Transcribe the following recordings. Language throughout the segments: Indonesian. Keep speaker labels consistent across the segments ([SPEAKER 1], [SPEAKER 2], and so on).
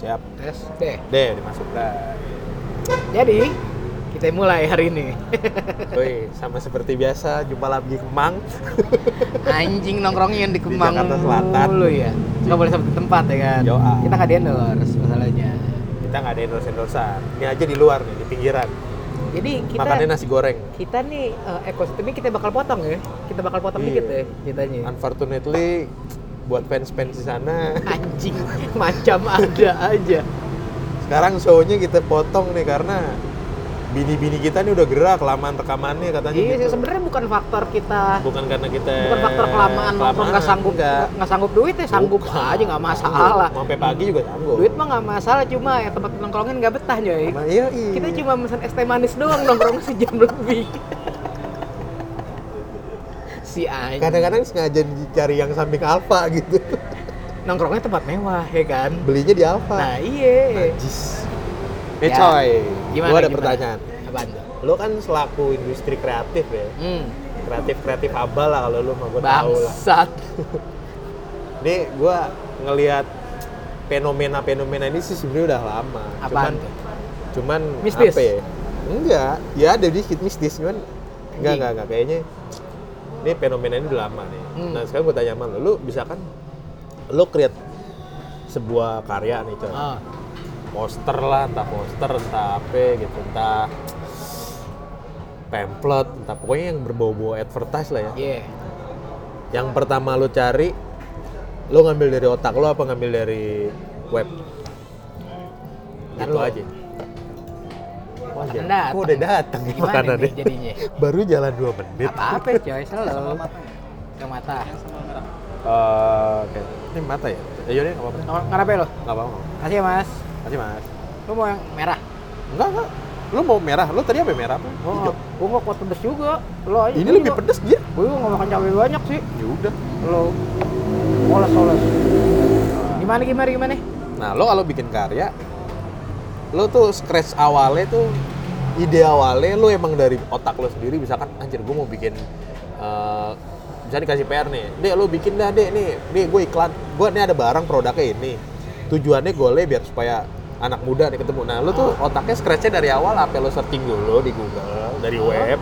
[SPEAKER 1] siap
[SPEAKER 2] Tes deh.
[SPEAKER 1] deh dimasukkan
[SPEAKER 2] Jadi kita mulai hari ini.
[SPEAKER 1] Woi, sama seperti biasa jumpa lagi Kemang
[SPEAKER 2] Anjing nongkrongnya yang di Kemang
[SPEAKER 1] Jakarta Selatan.
[SPEAKER 2] dulu ya. Nggak boleh sampai ke tempat ya kan.
[SPEAKER 1] Yoa.
[SPEAKER 2] Kita nggak di endorse masalahnya.
[SPEAKER 1] kita nggak ada endorse endorsean ini aja di luar nih di pinggiran
[SPEAKER 2] Jadi kita
[SPEAKER 1] makannya nasi goreng
[SPEAKER 2] kita nih eh, ekosistemnya kita bakal potong ya. Kita bakal potong
[SPEAKER 1] Iya.
[SPEAKER 2] dikit ya ceritanya.
[SPEAKER 1] unfortunately buat fans fans di sana
[SPEAKER 2] Anjing macam ada aja.
[SPEAKER 1] sekarang shownya kita potong nih karena bini-bini kita nih udah gerak lamaan rekamannya katanya
[SPEAKER 2] Iya sih
[SPEAKER 1] gitu.
[SPEAKER 2] sebenarnya bukan faktor kita
[SPEAKER 1] bukan karena kita
[SPEAKER 2] bukan faktor kelamaan nongkrong nggak sanggup
[SPEAKER 1] enggak.
[SPEAKER 2] nggak sanggup duit ya sanggup
[SPEAKER 1] Bukan.
[SPEAKER 2] aja nggak masalah
[SPEAKER 1] Mau sampai pagi juga sanggup
[SPEAKER 2] duit mah nggak masalah cuma ya tempat nongkrongin nggak betah nyoy
[SPEAKER 1] Nah, iya, iya.
[SPEAKER 2] kita cuma pesan es teh manis doang nongkrong sejam lebih si anjing
[SPEAKER 1] kadang-kadang sengaja cari yang samping alfa gitu
[SPEAKER 2] nongkrongnya tempat mewah ya kan
[SPEAKER 1] belinya di alfa
[SPEAKER 2] nah iya
[SPEAKER 1] Najis. Eh
[SPEAKER 2] Ya.
[SPEAKER 1] coy,
[SPEAKER 2] Gimana,
[SPEAKER 1] gua ada
[SPEAKER 2] gimana?
[SPEAKER 1] pertanyaan.
[SPEAKER 2] apaan tuh
[SPEAKER 1] Lo kan selaku industri kreatif ya,
[SPEAKER 2] hmm,
[SPEAKER 1] kreatif-kreatif abal lah kalau lo mah gue tahu lah.
[SPEAKER 2] bangsat
[SPEAKER 1] Nih gue ngelihat fenomena-fenomena ini sih sebenarnya udah lama.
[SPEAKER 2] apaan
[SPEAKER 1] cuman,
[SPEAKER 2] tuh
[SPEAKER 1] cuman
[SPEAKER 2] Mistis?
[SPEAKER 1] apa ya? Enggak, ya ada dikit mistis cuman enggak
[SPEAKER 2] Anjing.
[SPEAKER 1] enggak enggak kayaknya ini fenomena ini udah lama nih.
[SPEAKER 2] Hmm.
[SPEAKER 1] Nah sekarang gue tanya sama lo, lo bisa kan lo create sebuah karya nih coy.
[SPEAKER 2] Ah,
[SPEAKER 1] poster lah entah poster entah apa gitu entah pamphlet entah pokoknya yang berbau-bau advertise lah ya
[SPEAKER 2] iya
[SPEAKER 1] yang pertama lu cari lu ngambil dari otak lu apa ngambil dari web gitu
[SPEAKER 2] Lalu.
[SPEAKER 1] aja
[SPEAKER 2] Wah,
[SPEAKER 1] Anjay,
[SPEAKER 2] datang.
[SPEAKER 1] kok udah datang nih
[SPEAKER 2] gimana
[SPEAKER 1] makanannya?
[SPEAKER 2] nih jadinya
[SPEAKER 1] baru jalan 2 menit
[SPEAKER 2] apa apa coy selalu ke mata
[SPEAKER 1] Eh, oke ini mata ya ayo deh nggak apa-apa
[SPEAKER 2] Nong- ngarape lo
[SPEAKER 1] nggak apa-apa
[SPEAKER 2] kasih ya mas
[SPEAKER 1] kasih mas
[SPEAKER 2] lo mau yang merah
[SPEAKER 1] enggak enggak lu mau merah lu tadi apa ya, merah apa
[SPEAKER 2] Oh,
[SPEAKER 1] Hijau.
[SPEAKER 2] gua nggak kuat pedes juga. Lo aja.
[SPEAKER 1] ini
[SPEAKER 2] gua
[SPEAKER 1] lebih
[SPEAKER 2] juga-
[SPEAKER 1] pedes dia
[SPEAKER 2] Gua juga nggak makan cabai banyak sih.
[SPEAKER 1] ya udah
[SPEAKER 2] Lo oles oles. Gimana gimana gimana?
[SPEAKER 1] Nah, lo kalau bikin karya, lo tuh scratch awalnya tuh ide awalnya lo emang dari otak lo sendiri misalkan anjir gue mau bikin eh misalnya dikasih PR nih dek lo bikin dah dek nih nih gue iklan gue nih ada barang produknya ini tujuannya gole biar supaya anak muda nih ketemu nah lo tuh otaknya scratchnya dari awal apa lo searching dulu di Google dari web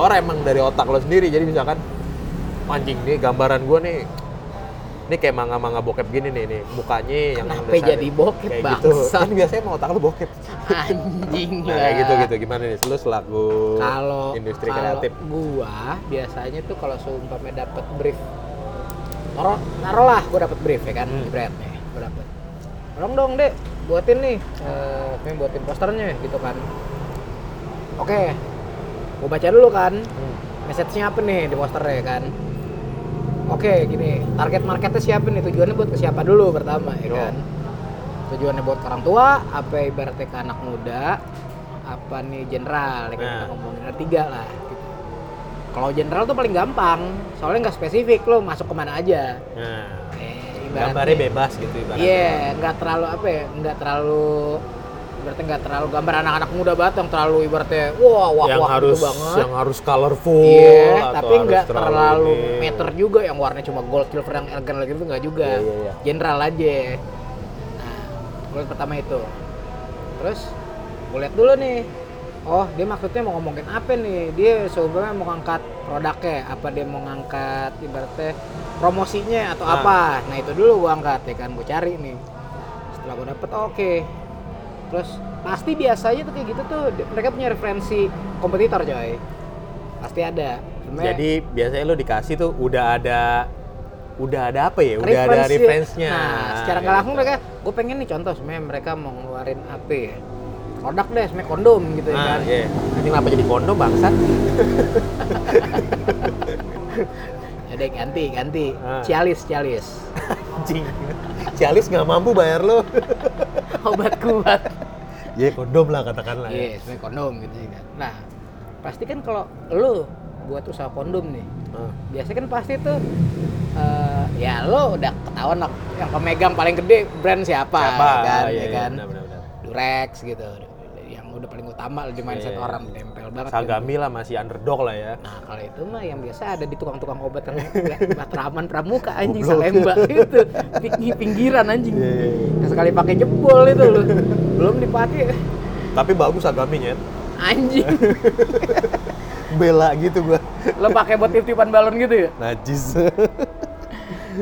[SPEAKER 1] orang emang dari otak lo sendiri jadi misalkan anjing nih gambaran gue nih ini kayak manga-manga bokep gini nih nih mukanya yang
[SPEAKER 2] Kenapa
[SPEAKER 1] dasarnya
[SPEAKER 2] jadi bokep,
[SPEAKER 1] kayak gitu
[SPEAKER 2] bangsat?
[SPEAKER 1] kan biasanya mau otak lo bokep
[SPEAKER 2] Anjing
[SPEAKER 1] nah kayak gitu gitu gimana nih lo selaku
[SPEAKER 2] Kalau
[SPEAKER 1] industri
[SPEAKER 2] kalau
[SPEAKER 1] kreatif
[SPEAKER 2] Gua biasanya tuh kalau seumpamanya dapat brief. Taruh taruhlah gua dapat brief ya kan,
[SPEAKER 1] Hmm.
[SPEAKER 2] ibaratnya. Gua dapat. Tolong dong, Dek, buatin nih. Eh, kayak buatin posternya gitu kan. Oke. Gua baca dulu kan.
[SPEAKER 1] Hmm.
[SPEAKER 2] message-nya apa nih di posternya kan oke gini target marketnya siapa nih tujuannya buat ke siapa dulu pertama ya
[SPEAKER 1] Yo.
[SPEAKER 2] kan tujuannya buat ke orang tua apa ibaratnya ke anak muda apa nih general ya kan
[SPEAKER 1] Nah.
[SPEAKER 2] kita ngomongin ada tiga lah gitu. kalau general tuh paling gampang soalnya nggak spesifik lo masuk kemana aja
[SPEAKER 1] nah
[SPEAKER 2] eh,
[SPEAKER 1] gambarnya bebas gitu ibaratnya
[SPEAKER 2] Iya, nggak terlalu apa ya, nggak terlalu berarti nggak terlalu gambar anak-anak muda banget yang terlalu ibaratnya wah wah
[SPEAKER 1] yang
[SPEAKER 2] wah gitu
[SPEAKER 1] harus
[SPEAKER 2] banget.
[SPEAKER 1] yang harus colorful
[SPEAKER 2] Iya,
[SPEAKER 1] atau
[SPEAKER 2] tapi
[SPEAKER 1] harus
[SPEAKER 2] nggak terlalu
[SPEAKER 1] ini.
[SPEAKER 2] meter juga yang warnanya cuma gold, silver, yang elegan lagi itu nggak juga.
[SPEAKER 1] Iya, iya, iya.
[SPEAKER 2] General aja. Nah, gue pertama itu. Terus gue lihat dulu nih. Oh, dia maksudnya mau ngomongin apa nih? Dia sebenarnya mau ngangkat produknya, apa dia mau ngangkat ibaratnya promosinya atau
[SPEAKER 1] Nah.
[SPEAKER 2] apa? Nah itu dulu gue angkat ya kan, gue cari nih. Setelah gue dapet, oke. Terus pasti biasanya tuh kayak gitu tuh mereka punya referensi kompetitor coy. Pasti ada. Sebenarnya
[SPEAKER 1] jadi biasanya lo dikasih tuh udah ada udah ada apa ya udah ada
[SPEAKER 2] referensi-
[SPEAKER 1] referensinya
[SPEAKER 2] Nah, secara nggak
[SPEAKER 1] Gitu.
[SPEAKER 2] langsung mereka, gue pengen nih contoh sebenarnya mereka mau ngeluarin apa ya? Produk deh, sebenarnya kondom gitu ya
[SPEAKER 1] nah
[SPEAKER 2] kan.
[SPEAKER 1] iya nanti kenapa jadi kondom bangsat
[SPEAKER 2] Ada yang Ya ganti, ganti.
[SPEAKER 1] Ah.
[SPEAKER 2] Cialis, cialis.
[SPEAKER 1] anjing Cialis nggak mampu bayar lo
[SPEAKER 2] Obat kuat.
[SPEAKER 1] ya kondom lah katakanlah ya.
[SPEAKER 2] Iya, sebenarnya kondom gitu ya kan. Nah, pasti kan kalau lu buat usaha kondom nih,
[SPEAKER 1] Ah.
[SPEAKER 2] biasanya kan pasti tuh eh, ya lo udah ketahuan lah yang pemegang paling gede brand siapa,
[SPEAKER 1] Siapa?
[SPEAKER 2] ya kan,
[SPEAKER 1] Iya,
[SPEAKER 2] ya
[SPEAKER 1] iya,
[SPEAKER 2] kan?
[SPEAKER 1] benar, benar, benar.
[SPEAKER 2] Durex gitu. yang udah paling utama lah di mindset
[SPEAKER 1] Iya.
[SPEAKER 2] orang tempel banget kan.
[SPEAKER 1] Sagami lah masih underdog lah ya.
[SPEAKER 2] Nah kalau itu mah yang biasa ada di tukang-tukang obat yang nggak- Batraman Pramuka anjing
[SPEAKER 1] Goblok.
[SPEAKER 2] Salemba itu Ping- pinggiran anjing.
[SPEAKER 1] Iya, iya, iya.
[SPEAKER 2] Yang sekali pakai jebol itu loh. Belum dipakai
[SPEAKER 1] Tapi bagus Sagaminya.
[SPEAKER 2] anjing.
[SPEAKER 1] Bela gitu gua.
[SPEAKER 2] Lo pakai buat tip-tipan balon gitu ya.
[SPEAKER 1] Najis.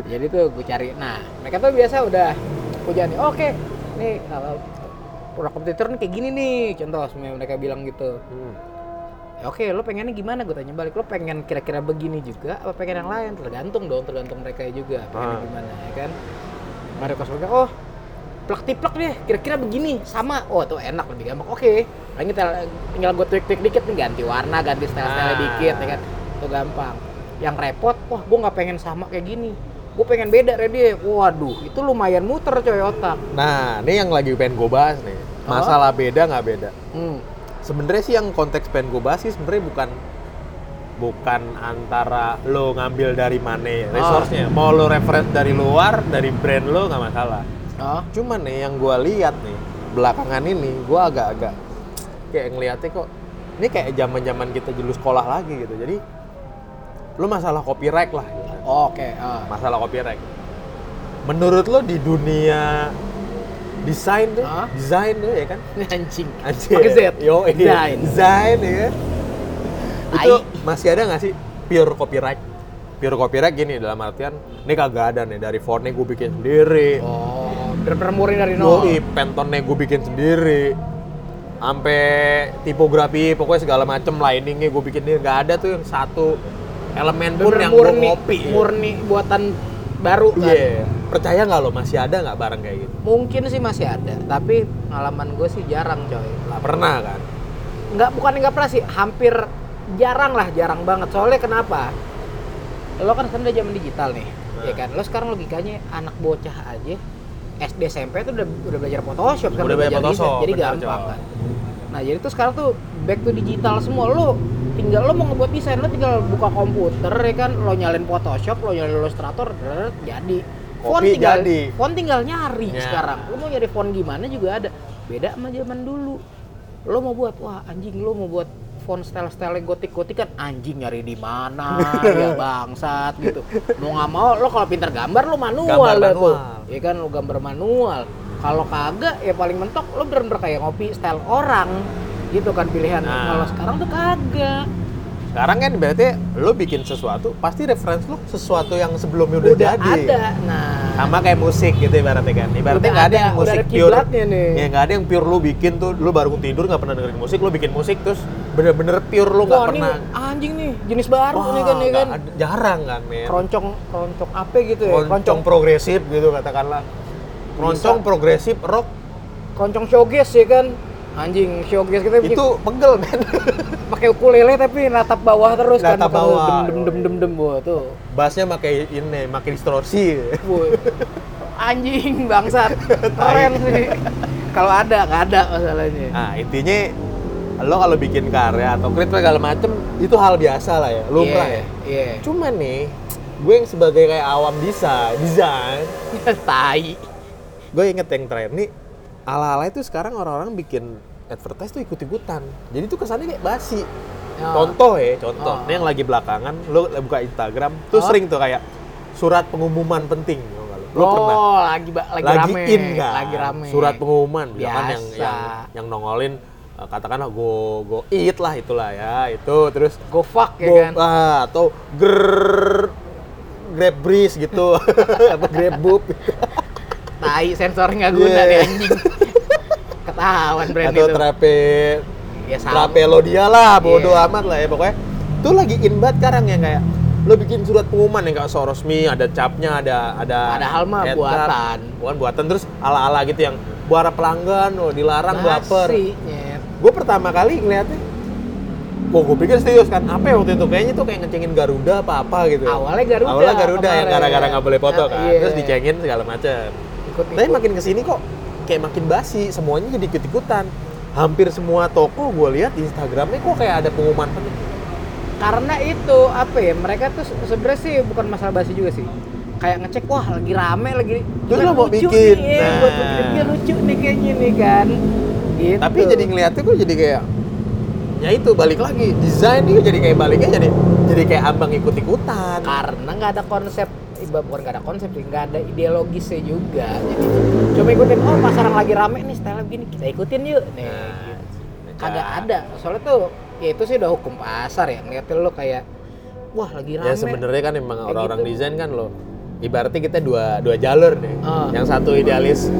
[SPEAKER 2] Jadi tuh gue cari. Nah mereka tuh biasa udah pujian nih. Oke nih kalau produk kompetitor nih kayak gini nih contoh semuanya mereka bilang gitu.
[SPEAKER 1] Hmm.
[SPEAKER 2] "Ya Oke, lo pengennya gimana? Gue tanya balik, lo pengen kira-kira begini juga apa pengen yang lain? Tergantung dong, tergantung mereka juga pengennya
[SPEAKER 1] Ah.
[SPEAKER 2] gimana, ya kan? Mereka request mereka, oh plak tiplak deh, kira-kira begini, sama. Oh, tuh enak, lebih gampang. Oke, paling kita tinggal gue tweak-tweak dikit nih, ganti warna, ganti
[SPEAKER 1] Ah.
[SPEAKER 2] style-style dikit, ya kan? Itu gampang. Yang repot, wah gue nggak pengen sama kayak gini. Gue pengen beda, Reddy. Waduh, itu lumayan muter coy otak.
[SPEAKER 1] Nah, ini yang lagi pengen gue bahas nih. Masalah beda nggak beda.
[SPEAKER 2] Hmm.
[SPEAKER 1] Sebenarnya sih yang konteks pengen gue bahas sih sebenarnya bukan bukan antara lo ngambil dari mana ya, resource-nya. Mau lo reference dari luar, dari brand lo nggak masalah.
[SPEAKER 2] Oh,
[SPEAKER 1] Cuman nih yang gue lihat nih belakangan ini gue agak-agak kayak ngeliatnya kok ini kayak zaman-zaman kita dulu sekolah lagi gitu. Jadi lo masalah copyright lah. gitu.
[SPEAKER 2] oke. ah.
[SPEAKER 1] masalah copyright. Menurut lo di dunia desain tuh,
[SPEAKER 2] Hah?
[SPEAKER 1] desain tuh ya kan?
[SPEAKER 2] Anjing.
[SPEAKER 1] Anjir.
[SPEAKER 2] Pakai Z.
[SPEAKER 1] Yo, iya.
[SPEAKER 2] Zain.
[SPEAKER 1] Desain ya kan? Itu
[SPEAKER 2] Tai.
[SPEAKER 1] masih ada nggak sih pure copyright? Pure copyright gini dalam artian ini kagak ada nih dari fontnya gue bikin sendiri.
[SPEAKER 2] Oh, bener-bener murni dari nol.
[SPEAKER 1] Yoi, pentonnya gue bikin sendiri. Sampai tipografi, pokoknya segala macem liningnya gue bikin sendiri. Nggak ada tuh yang satu elemen pun
[SPEAKER 2] Bener-bener
[SPEAKER 1] yang gue
[SPEAKER 2] murni,
[SPEAKER 1] copy.
[SPEAKER 2] murni kan. buatan baru kan.
[SPEAKER 1] Iya. Percaya nggak lo masih ada nggak barang kayak gitu?
[SPEAKER 2] Mungkin sih masih ada, tapi pengalaman gue sih jarang coy.
[SPEAKER 1] Nggak pernah kan?
[SPEAKER 2] Nggak bukan nggak pernah sih, hampir jarang lah, jarang banget. Soalnya kenapa? Lo kan sekarang udah zaman digital nih,
[SPEAKER 1] Nah.
[SPEAKER 2] ya kan? Lo sekarang logikanya anak bocah aja SD SMP tuh udah udah belajar Photoshop kan,
[SPEAKER 1] Udah belajar
[SPEAKER 2] desain,
[SPEAKER 1] Photoshop,
[SPEAKER 2] jadi
[SPEAKER 1] bener,
[SPEAKER 2] gampang
[SPEAKER 1] coy.
[SPEAKER 2] kan. Nah jadi tuh sekarang tuh back to digital semua lo tinggal lo mau ngebuat desain lo tinggal buka komputer ya kan lo nyalin Photoshop lo nyalin Illustrator drrrt, jadi font
[SPEAKER 1] Kopi
[SPEAKER 2] tinggal
[SPEAKER 1] jadi.
[SPEAKER 2] font tinggal nyari
[SPEAKER 1] Ya.
[SPEAKER 2] sekarang lo mau nyari font gimana juga ada beda sama zaman dulu lo mau buat wah anjing lo mau buat font style style gotik gotik kan anjing nyari di mana ya bangsat gitu mau nggak mau lo kalau pinter gambar lo manual
[SPEAKER 1] Gambar
[SPEAKER 2] dah tuh
[SPEAKER 1] manual.
[SPEAKER 2] ya kan lo gambar manual kalau kagak ya paling mentok lo bener-bener kayak ngopi style orang gitu kan pilihan
[SPEAKER 1] Nah.
[SPEAKER 2] kalau sekarang tuh kagak
[SPEAKER 1] Sekarang kan berarti lo bikin sesuatu, pasti reference lo sesuatu yang sebelumnya udah,
[SPEAKER 2] udah,
[SPEAKER 1] jadi.
[SPEAKER 2] ada nah
[SPEAKER 1] Sama kayak musik gitu ibaratnya kan. Ibaratnya
[SPEAKER 2] Udah
[SPEAKER 1] nggak ada,
[SPEAKER 2] ada,
[SPEAKER 1] yang
[SPEAKER 2] udah
[SPEAKER 1] musik
[SPEAKER 2] ada
[SPEAKER 1] pure.
[SPEAKER 2] kiblatnya nih.
[SPEAKER 1] Ya nggak ada yang pure lo bikin tuh, lo baru tidur nggak pernah dengerin musik, lo bikin musik terus bener-bener pure lo nggak
[SPEAKER 2] Wah, ini
[SPEAKER 1] pernah.
[SPEAKER 2] anjing nih jenis baru
[SPEAKER 1] Wah,
[SPEAKER 2] nih kan ya
[SPEAKER 1] nggak
[SPEAKER 2] kan
[SPEAKER 1] ada- jarang kan men.
[SPEAKER 2] keroncong keroncong apa gitu ya
[SPEAKER 1] Keroncong progresif gitu katakanlah. Keroncong progresif rock
[SPEAKER 2] keroncong showcase ya kan anjing showcase kita bikin
[SPEAKER 1] itu pegel men.
[SPEAKER 2] pakai ukulele tapi natap bawah terus
[SPEAKER 1] Natap
[SPEAKER 2] kan Kalau
[SPEAKER 1] bawah,
[SPEAKER 2] dem dem dem dem dem wah, tuh
[SPEAKER 1] Bassnya pakai ini, pakai distorsi.
[SPEAKER 2] Wah. anjing bangsat keren sih kalau ada nggak ada masalahnya
[SPEAKER 1] Nah, intinya lo kalau bikin karya atau kritik segala macem itu hal biasa lah ya, lumrah
[SPEAKER 2] Iya,
[SPEAKER 1] ya.
[SPEAKER 2] iya
[SPEAKER 1] Cuman nih, gue yang sebagai kayak awam bisa, desain,
[SPEAKER 2] tai
[SPEAKER 1] gue inget yang terakhir nih, ala-ala itu sekarang orang-orang bikin advertise tuh ikut-ikutan. Jadi tuh kesannya kayak basi.
[SPEAKER 2] Ya.
[SPEAKER 1] Contoh ya, contoh.
[SPEAKER 2] Ah.
[SPEAKER 1] Ini yang lagi belakangan, lo buka Instagram, tuh
[SPEAKER 2] Ah.
[SPEAKER 1] sering tuh kayak surat pengumuman penting. tau nggak Lo Lo
[SPEAKER 2] oh,
[SPEAKER 1] pernah?
[SPEAKER 2] lagi ba- lagi, rame
[SPEAKER 1] in kan?
[SPEAKER 2] lagi rame
[SPEAKER 1] surat pengumuman ya kan
[SPEAKER 2] Biasa.
[SPEAKER 1] yang yang yang nongolin eh, katakanlah go go it lah itulah ya itu terus
[SPEAKER 2] go fuck ya
[SPEAKER 1] go
[SPEAKER 2] kan
[SPEAKER 1] ah, atau ger grab breeze gitu apa grab boob
[SPEAKER 2] tai sensor nggak guna
[SPEAKER 1] Iya.
[SPEAKER 2] nih anjing ketahuan brand
[SPEAKER 1] atau
[SPEAKER 2] itu
[SPEAKER 1] trape
[SPEAKER 2] ya sama
[SPEAKER 1] trape lo dia lah bodoh
[SPEAKER 2] Iya.
[SPEAKER 1] amat lah ya pokoknya itu lagi in banget sekarang yang kayak lo bikin surat pengumuman yang nggak so resmi ada capnya ada ada
[SPEAKER 2] Padahal mah
[SPEAKER 1] header.
[SPEAKER 2] buatan.
[SPEAKER 1] bukan buatan terus ala ala gitu yang buara pelanggan lo dilarang baper
[SPEAKER 2] Basi, nyet.
[SPEAKER 1] gue pertama kali ngeliatnya Wah, gue pikir serius kan, apa ya waktu itu? Kayaknya tuh kayak ngecengin Garuda apa-apa gitu.
[SPEAKER 2] Awalnya Garuda
[SPEAKER 1] Awalnya Garuda yang
[SPEAKER 2] kemarin.
[SPEAKER 1] gara-gara nggak boleh foto
[SPEAKER 2] Ah,
[SPEAKER 1] kan.
[SPEAKER 2] iya.
[SPEAKER 1] Terus dicengin segala macam.
[SPEAKER 2] ikut
[SPEAKER 1] Tapi makin kesini kok kayak makin basi, semuanya jadi ikut-ikutan. Hampir semua toko gue lihat di Instagramnya kok kayak ada pengumuman penting.
[SPEAKER 2] karena itu apa ya mereka tuh se- sebenarnya sih bukan masalah basi juga sih kayak ngecek wah lagi rame lagi
[SPEAKER 1] Terus
[SPEAKER 2] Kan
[SPEAKER 1] lo mau
[SPEAKER 2] lucu
[SPEAKER 1] bikin.
[SPEAKER 2] nih, ya, buat
[SPEAKER 1] Nah.
[SPEAKER 2] bikin dia lucu nih kayaknya nih kan Gitu.
[SPEAKER 1] tapi jadi ngeliatnya gue jadi kayak ya itu balik lagi desain itu jadi kayak baliknya jadi jadi kayak abang ikut ikutan
[SPEAKER 2] karena nggak ada konsep iba bukan nggak ada konsep sih nggak ada ideologisnya juga jadi cuma ikutin oh pas orang lagi rame nih style begini kita ikutin yuk
[SPEAKER 1] Nah.
[SPEAKER 2] nih
[SPEAKER 1] Iya.
[SPEAKER 2] gitu. kagak ada soalnya tuh ya itu sih udah hukum pasar ya ngeliatin lo kayak wah lagi rame
[SPEAKER 1] ya sebenarnya kan emang
[SPEAKER 2] Kayak
[SPEAKER 1] orang-orang
[SPEAKER 2] gitu.
[SPEAKER 1] desain kan loh ibaratnya kita dua dua jalur nih
[SPEAKER 2] Ah.
[SPEAKER 1] yang satu idealis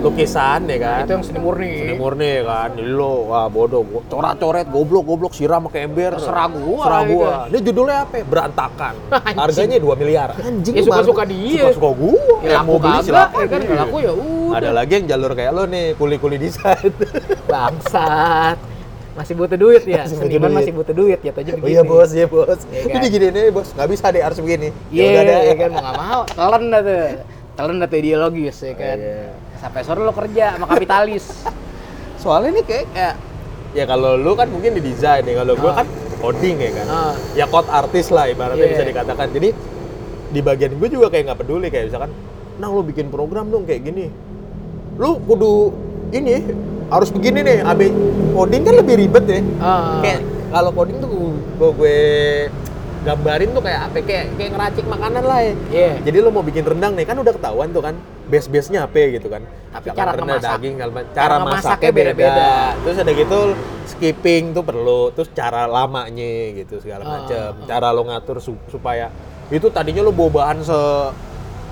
[SPEAKER 1] lukisan ya kan
[SPEAKER 2] itu yang seni murni
[SPEAKER 1] Seni murni kan, jadi lo wah bodoh, Go- coret-coret, goblok-goblok, siram pakai ember.
[SPEAKER 2] Terserah gua,
[SPEAKER 1] Terserah
[SPEAKER 2] gitu.
[SPEAKER 1] gua. Ini judulnya apa? ya? Berantakan.
[SPEAKER 2] Anjing.
[SPEAKER 1] Harganya 2 miliar. Anjing.
[SPEAKER 2] Ya,
[SPEAKER 1] lu banget.
[SPEAKER 2] suka-suka dia.
[SPEAKER 1] Suka-suka gua.
[SPEAKER 2] ya laku kagak ya kan nggak
[SPEAKER 1] Iya.
[SPEAKER 2] laku ya udah
[SPEAKER 1] Ada lagi yang jalur kayak lo nih, kuli-kuli desain.
[SPEAKER 2] bangsat masih butuh duit ya
[SPEAKER 1] Masih butuh
[SPEAKER 2] seniman
[SPEAKER 1] duit.
[SPEAKER 2] masih butuh duit jatuhnya
[SPEAKER 1] oh
[SPEAKER 2] begini
[SPEAKER 1] iya bos, iya bos.
[SPEAKER 2] Iya kan?
[SPEAKER 1] Ini diginiin aja bos, nggak bisa deh harus begini.
[SPEAKER 2] Iya,
[SPEAKER 1] udah deh.
[SPEAKER 2] ya kan mau nggak mau, telan dah tuh. Telan dah tuh ideologis ya kan.
[SPEAKER 1] Iya.
[SPEAKER 2] Sampai sore lo kerja sama kapitalis.
[SPEAKER 1] Soalnya ini kayak, kayak ya kalau lu kan mungkin di desain ya, kalau gua
[SPEAKER 2] Ah.
[SPEAKER 1] kan coding ya kan.
[SPEAKER 2] Ah.
[SPEAKER 1] Ya code artis lah ibaratnya
[SPEAKER 2] Iya.
[SPEAKER 1] bisa dikatakan. Jadi di bagian gue juga kayak nggak peduli kayak misalkan, nah lu bikin program dong kayak gini. Lu kudu ini harus begini nih, abe coding kan lebih ribet ya.
[SPEAKER 2] Ah.
[SPEAKER 1] Kayak kalau coding tuh gue, gue gambarin tuh kayak apa kayak kayak ngeracik makanan lah ya.
[SPEAKER 2] Iya.
[SPEAKER 1] Jadi lo mau bikin rendang nih kan udah ketahuan tuh kan base-base-nya apa gitu kan.
[SPEAKER 2] Tapi
[SPEAKER 1] Misalkan
[SPEAKER 2] cara
[SPEAKER 1] rendang
[SPEAKER 2] ngemasak-
[SPEAKER 1] daging kalau- cara,
[SPEAKER 2] cara
[SPEAKER 1] masaknya,
[SPEAKER 2] masaknya
[SPEAKER 1] beda-beda.
[SPEAKER 2] beda-beda.
[SPEAKER 1] Terus ada gitu skipping tuh perlu, terus cara lamanya gitu segala
[SPEAKER 2] Ah,
[SPEAKER 1] macem.
[SPEAKER 2] ah.
[SPEAKER 1] Cara lo ngatur su- supaya itu tadinya lo bawa bahan se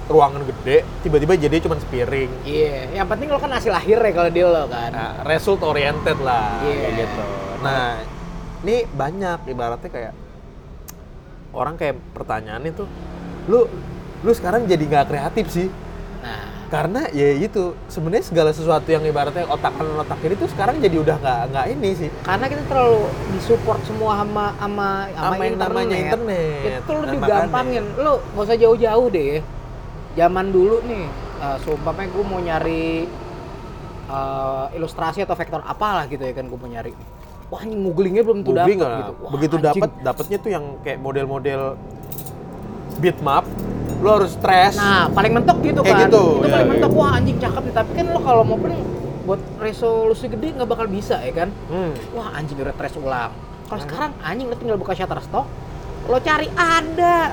[SPEAKER 1] ruangan gede, tiba-tiba jadi cuma sepiring.
[SPEAKER 2] Iya, yang penting lo kan hasil akhirnya kalau dia lo kan.
[SPEAKER 1] Nah, result oriented lah
[SPEAKER 2] Iya.
[SPEAKER 1] kayak gitu. Nah, ini banyak ibaratnya kayak orang kayak pertanyaan itu lu lu sekarang jadi nggak kreatif sih
[SPEAKER 2] Nah,
[SPEAKER 1] karena ya itu sebenarnya segala sesuatu yang ibaratnya otak kanan otak kiri itu sekarang jadi udah nggak nggak ini sih
[SPEAKER 2] karena kita terlalu disupport semua sama sama sama,
[SPEAKER 1] Sama yang namanya internet.
[SPEAKER 2] Itu lo
[SPEAKER 1] Nah,
[SPEAKER 2] digampangin. Lo nggak usah jauh-jauh deh. Zaman dulu nih, eh, seumpamanya gue mau nyari eh, ilustrasi atau vektor apalah gitu ya kan gue mau nyari. Wah, ini googlingnya belum tuh
[SPEAKER 1] Googling
[SPEAKER 2] dapet
[SPEAKER 1] nggak?
[SPEAKER 2] gitu. Wah,
[SPEAKER 1] begitu
[SPEAKER 2] anjing.
[SPEAKER 1] dapat dapatnya tuh yang kayak model-model bitmap lu harus stress
[SPEAKER 2] Nah, paling mentok gitu
[SPEAKER 1] Kayak
[SPEAKER 2] kan.
[SPEAKER 1] gitu,
[SPEAKER 2] Itu
[SPEAKER 1] ya,
[SPEAKER 2] paling
[SPEAKER 1] ya.
[SPEAKER 2] mentok, wah anjing cakep nih. Tapi kan lo kalau mau paling buat resolusi gede nggak bakal bisa ya kan.
[SPEAKER 1] Hmm.
[SPEAKER 2] Wah anjing udah trash ulang. Kalau sekarang anjing lo tinggal buka Shutterstock, lo cari ada.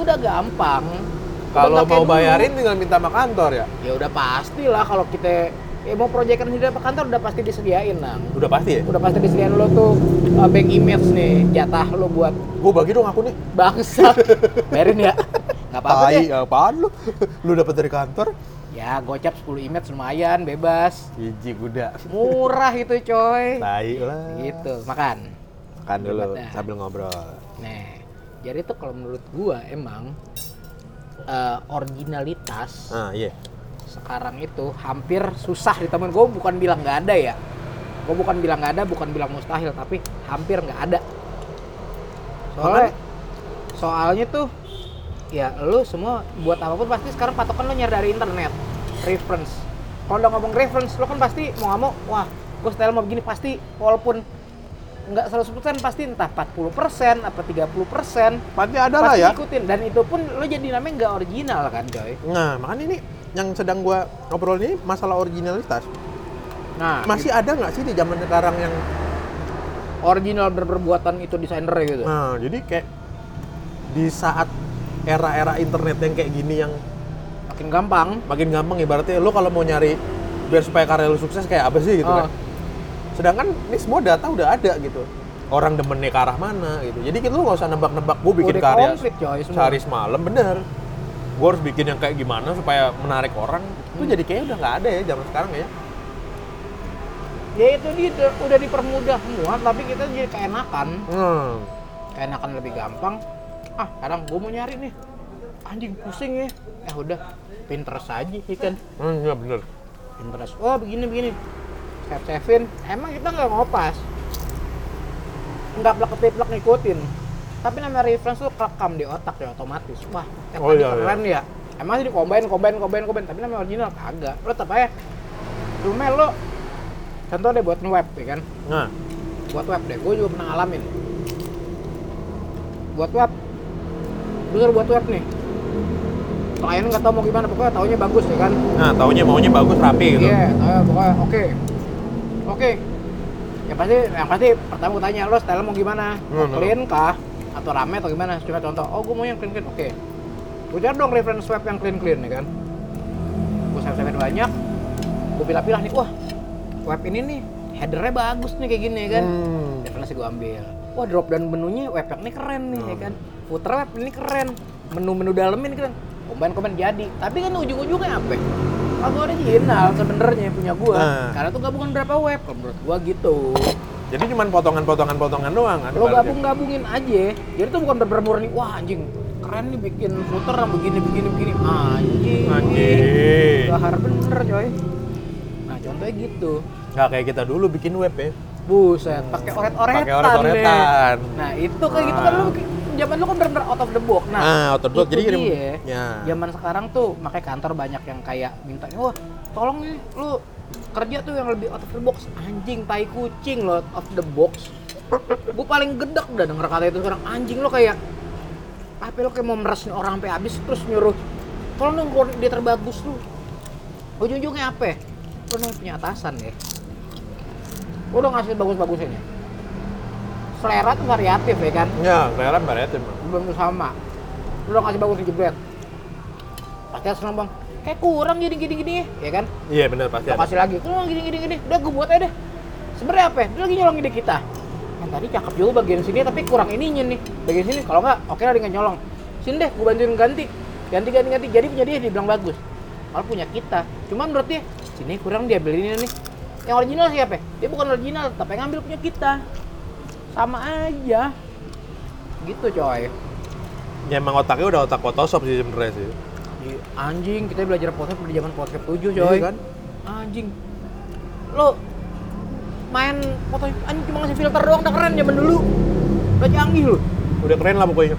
[SPEAKER 2] Udah gampang.
[SPEAKER 1] kalau
[SPEAKER 2] Kontaknya
[SPEAKER 1] mau
[SPEAKER 2] dulu.
[SPEAKER 1] bayarin tinggal minta sama kantor ya
[SPEAKER 2] ya udah pasti lah kalau kita ya mau proyekan sendiri apa kantor udah pasti disediain nang.
[SPEAKER 1] udah pasti ya
[SPEAKER 2] Udah pasti disediain lo tuh uh, bank image nih jatah lo buat
[SPEAKER 1] gue bagi dong aku nih
[SPEAKER 2] bangsa. Berin ya. Gak apa-apa deh.
[SPEAKER 1] Tai, apaan lu? Lu dapat dari kantor?
[SPEAKER 2] Ya gocap 10 image lumayan bebas.
[SPEAKER 1] Iji kuda.
[SPEAKER 2] Murah itu coy.
[SPEAKER 1] Tai lah.
[SPEAKER 2] Gitu, makan.
[SPEAKER 1] Makan dulu
[SPEAKER 2] Hebat dah.
[SPEAKER 1] sambil ngobrol.
[SPEAKER 2] Nah, jadi itu kalau menurut gua emang eh, originalitas
[SPEAKER 1] Ah, iya.
[SPEAKER 2] sekarang itu hampir susah ditemuin. Gua bukan bilang nggak ada ya. Gua bukan bilang nggak ada, bukan bilang mustahil, tapi hampir nggak ada. Soalnya soalnya tuh ya lu semua buat apapun pasti sekarang patokan lu nyari dari internet reference kalau udah ngomong reference lu kan pasti mau nggak mau wah gue style mau begini pasti walaupun nggak 100% pasti entah 40% apa 30%
[SPEAKER 1] Pasti ada lah
[SPEAKER 2] pasti
[SPEAKER 1] ya.
[SPEAKER 2] ikutin dan itu pun lu jadi namanya nggak original kan coy
[SPEAKER 1] Nah, makanya ini yang sedang gua ngobrol ini masalah originalitas.
[SPEAKER 2] nah
[SPEAKER 1] Masih ada nggak sih di zaman sekarang yang
[SPEAKER 2] original berperbuatan itu desainer gitu
[SPEAKER 1] Nah, jadi kayak di saat era-era internet yang kayak gini yang
[SPEAKER 2] makin gampang
[SPEAKER 1] makin gampang ibaratnya lu kalau mau nyari biar supaya karya lu sukses kayak apa sih gitu
[SPEAKER 2] Oh.
[SPEAKER 1] kan. Sedangkan ini semua data udah ada gitu. Orang demennya ke arah mana gitu. Jadi kita lu nggak usah nebak-nebak gue bikin
[SPEAKER 2] Udah
[SPEAKER 1] karya
[SPEAKER 2] komplit coy semua
[SPEAKER 1] sehari semalam bener. Gue harus bikin yang kayak gimana supaya menarik orang. Itu
[SPEAKER 2] Hmm.
[SPEAKER 1] jadi kayaknya udah nggak ada ya zaman sekarang ya.
[SPEAKER 2] ya itu dia udah- udah dipermudah semua tapi kita jadi keenakan
[SPEAKER 1] Hmm.
[SPEAKER 2] keenakan lebih gampang ah kadang gue mau nyari nih anjing pusing ya eh udah Pinterest aja ya kan
[SPEAKER 1] Hmm, ya bener.
[SPEAKER 2] Pinterest oh begini begini save savein emang kita nggak ngopas nggak plek keplek ngikutin tapi nama reference tuh kerekam di otak ya otomatis wah eh,
[SPEAKER 1] Oh,
[SPEAKER 2] tadi
[SPEAKER 1] iya,
[SPEAKER 2] keren ya emang sih dikombain kombain kombain kombain tapi nama original kagak lo tetap aja rumah lo contoh deh buat web ya kan
[SPEAKER 1] Nah,
[SPEAKER 2] buat web deh, gue juga pernah ngalamin buat web gue suruh buat web nih klien nggak tahu mau gimana pokoknya taunya bagus ya kan
[SPEAKER 1] nah taunya maunya bagus rapi gitu.
[SPEAKER 2] iya taunya eh, pokoknya oke Oke. Ya pasti yang pasti pertama gue tanya lo style mau gimana? Mau
[SPEAKER 1] Hmm,
[SPEAKER 2] clean kah atau rame atau gimana? Cuma contoh, oh gue mau yang clean clean. Oke. Gue cari dong reference web yang clean clean ya kan. Gue swipe swipe banyak. Gue pilih-pilih nih, wah web ini nih headernya bagus nih kayak gini ya kan.
[SPEAKER 1] Hmm.
[SPEAKER 2] Referensi gue ambil. Wah drop down menunya web yang ini keren nih ya
[SPEAKER 1] Hmm.
[SPEAKER 2] kan. Footer web ini keren. Menu-menu dalamnya ini keren. Komen-komen jadi. Tapi kan ujung-ujungnya apa? Lagu original sebenarnya punya gua.
[SPEAKER 1] Nah.
[SPEAKER 2] Karena tuh gabungan berapa web kalau menurut gua gitu.
[SPEAKER 1] Jadi cuman potongan-potongan-potongan doang kan?
[SPEAKER 2] Lo
[SPEAKER 1] ibaratnya?
[SPEAKER 2] gabung-gabungin aja. Jadi tuh bukan bener murni. Wah anjing keren nih bikin footer yang begini begini begini anjing
[SPEAKER 1] Anjing.
[SPEAKER 2] bahar bener coy nah contohnya gitu
[SPEAKER 1] Nggak kayak kita dulu bikin web ya.
[SPEAKER 2] Buset, pakai oret-oretan.
[SPEAKER 1] Pakai oret-oretan.
[SPEAKER 2] deh. Nah, itu kayak gitu kan
[SPEAKER 1] Ah.
[SPEAKER 2] lu zaman lu kan bener-bener out of the box. Nah,
[SPEAKER 1] Ah, out of the box.
[SPEAKER 2] itu
[SPEAKER 1] Jadi kirim-
[SPEAKER 2] dia.
[SPEAKER 1] Ya.
[SPEAKER 2] Zaman sekarang tuh makanya kantor banyak yang kayak minta, "Wah, tolong nih lu kerja tuh yang lebih out of the box." Anjing tai kucing lo out of the box. Gue paling gedek udah denger kata itu sekarang anjing lo kayak apa lo kayak mau meres orang sampai habis terus nyuruh tolong dong keluarin ide terbagus lu ujung-ujungnya apa lo dong punya atasan ya lo udah ngasih bagus-bagusnya selera tuh variatif ya kan
[SPEAKER 1] Ya, keren variatif. Bang.
[SPEAKER 2] belum sama lu udah ngasih bagus jebret pasti seneng bang kayak kurang gini gini gini ya kan
[SPEAKER 1] Iya benar pasti
[SPEAKER 2] Gua
[SPEAKER 1] ada.
[SPEAKER 2] kasih lagi kurang gini gini gini udah gue buat aja deh sebenarnya apa ya? dia lagi nyolong ide kita yang tadi cakep juga bagian sini tapi kurang ininya nih bagian sini kalau nggak oke lah dia nggak nyolong sini deh gue bantuin ganti ganti ganti ganti jadi punya dia dibilang bagus malah punya kita cuman menurut dia sini kurang dia beli ini nih yang original siapa ya? dia bukan original tapi yang ngambil punya kita sama aja gitu coy
[SPEAKER 1] Ya emang otaknya udah otak Photoshop sih sebenarnya sih.
[SPEAKER 2] Iya, anjing kita belajar Photoshop di zaman Photoshop 7 coy
[SPEAKER 1] Iya kan?
[SPEAKER 2] anjing lo main foto anjing cuma ngasih filter doang udah keren zaman dulu udah canggih lo
[SPEAKER 1] Udah keren lah pokoknya.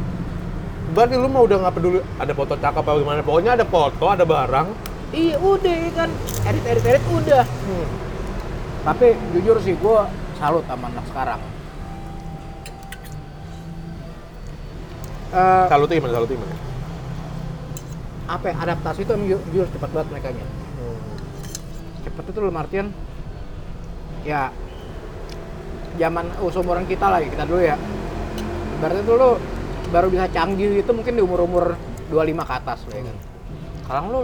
[SPEAKER 1] Berarti lu mah udah nggak peduli ada foto cakep apa gimana. Pokoknya ada foto, ada barang.
[SPEAKER 2] iya udah ya kan edit edit edit udah tapi jujur sih gue salut sama anak sekarang Eh,
[SPEAKER 1] Salut tuh gimana? Salut tuh gimana?
[SPEAKER 2] apa ya, adaptasi itu emang ju- jujur cepat banget mereka nya cepet itu dalam artian ya zaman oh, seumuran kita lah ya, kita dulu ya berarti itu lo baru bisa canggih itu mungkin di umur-umur 25 ke atas lo ya kan sekarang lo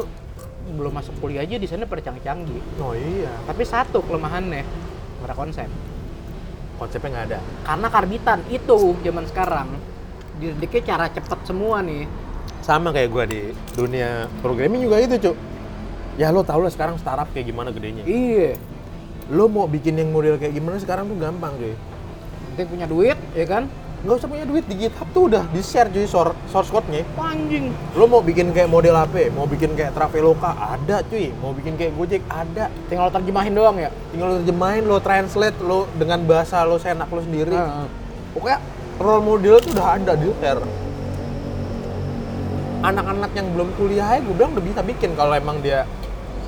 [SPEAKER 2] belum masuk kuliah aja di sana pada canggih-canggih
[SPEAKER 1] Oh iya.
[SPEAKER 2] tapi satu kelemahannya nggak ada konsep
[SPEAKER 1] Konsepnya nggak ada.
[SPEAKER 2] karena karbitan itu zaman sekarang dididiknya cara cepet semua nih
[SPEAKER 1] Sama kayak gua di dunia programming juga itu, Cuk. Ya lo tau lah sekarang startup kayak gimana gedenya.
[SPEAKER 2] iya
[SPEAKER 1] Lo mau bikin yang model kayak gimana sekarang tuh gampang, cuy.
[SPEAKER 2] penting punya duit ya kan
[SPEAKER 1] nggak usah punya duit di GitHub tuh udah di share cuy sor- source code-nya.
[SPEAKER 2] anjing
[SPEAKER 1] Lo mau bikin kayak model apa? Mau bikin kayak Traveloka? Ada cuy. Mau bikin kayak Gojek? Ada.
[SPEAKER 2] tinggal lo terjemahin doang ya
[SPEAKER 1] Tinggal lo terjemahin, lo translate, lo dengan bahasa lo seenak lo sendiri.
[SPEAKER 2] Heeh.
[SPEAKER 1] Pokoknya role model tuh udah ada di share. Anak-anak yang belum kuliah aja gue bilang udah bisa bikin kalau emang dia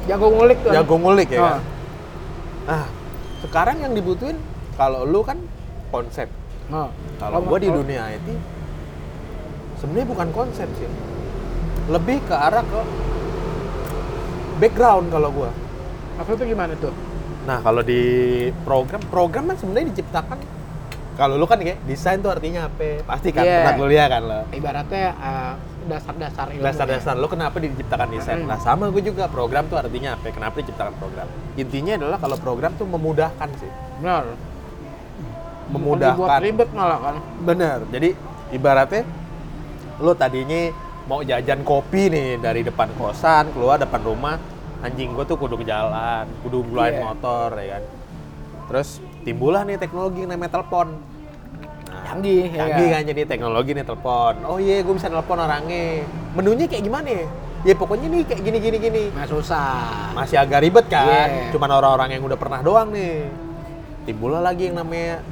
[SPEAKER 2] jago ngulik tuh
[SPEAKER 1] jago ngulik ya kan.
[SPEAKER 2] Ah.
[SPEAKER 1] Nah, sekarang yang dibutuhin kalau lo kan konsep.
[SPEAKER 2] Nah,
[SPEAKER 1] Kalau
[SPEAKER 2] lo-
[SPEAKER 1] gua di
[SPEAKER 2] lo-
[SPEAKER 1] dunia IT, sebenarnya bukan konsep sih, lebih ke arah ke background kalau gua.
[SPEAKER 2] Maksudnya tuh gimana tuh?
[SPEAKER 1] Nah kalau di program, program kan sebenarnya diciptakan. Kalau lu kan kayak desain tuh artinya apa? Pasti kan
[SPEAKER 2] Iya.
[SPEAKER 1] pernah kuliah kan lo.
[SPEAKER 2] Ibaratnya eh, dasar-dasar ilmu.
[SPEAKER 1] Dasar-dasar
[SPEAKER 2] iya.
[SPEAKER 1] lo kenapa diciptakan desain?
[SPEAKER 2] Mm.
[SPEAKER 1] Nah sama gue juga program tuh artinya apa? Kenapa diciptakan program? Intinya adalah kalau program tuh memudahkan sih,
[SPEAKER 2] ya? Benar. Buat
[SPEAKER 1] memudahkan.
[SPEAKER 2] ribet malah kan.
[SPEAKER 1] Bener. Jadi ibaratnya lo tadinya mau jajan kopi nih dari depan kosan keluar depan rumah anjing gue tuh kudu ke jalan kudu mulai
[SPEAKER 2] Iya.
[SPEAKER 1] motor ya kan terus timbullah nih teknologi yang namanya telepon Nah,
[SPEAKER 2] Canggih, ya
[SPEAKER 1] canggih
[SPEAKER 2] kan?
[SPEAKER 1] kan jadi teknologi nih telepon oh iya gue bisa telepon orangnya menunya kayak gimana ya? ya pokoknya nih kayak gini gini gini
[SPEAKER 2] Nah, susah.
[SPEAKER 1] masih agak ribet kan
[SPEAKER 2] Iya.
[SPEAKER 1] cuman orang-orang yang udah pernah doang nih timbullah lagi yang namanya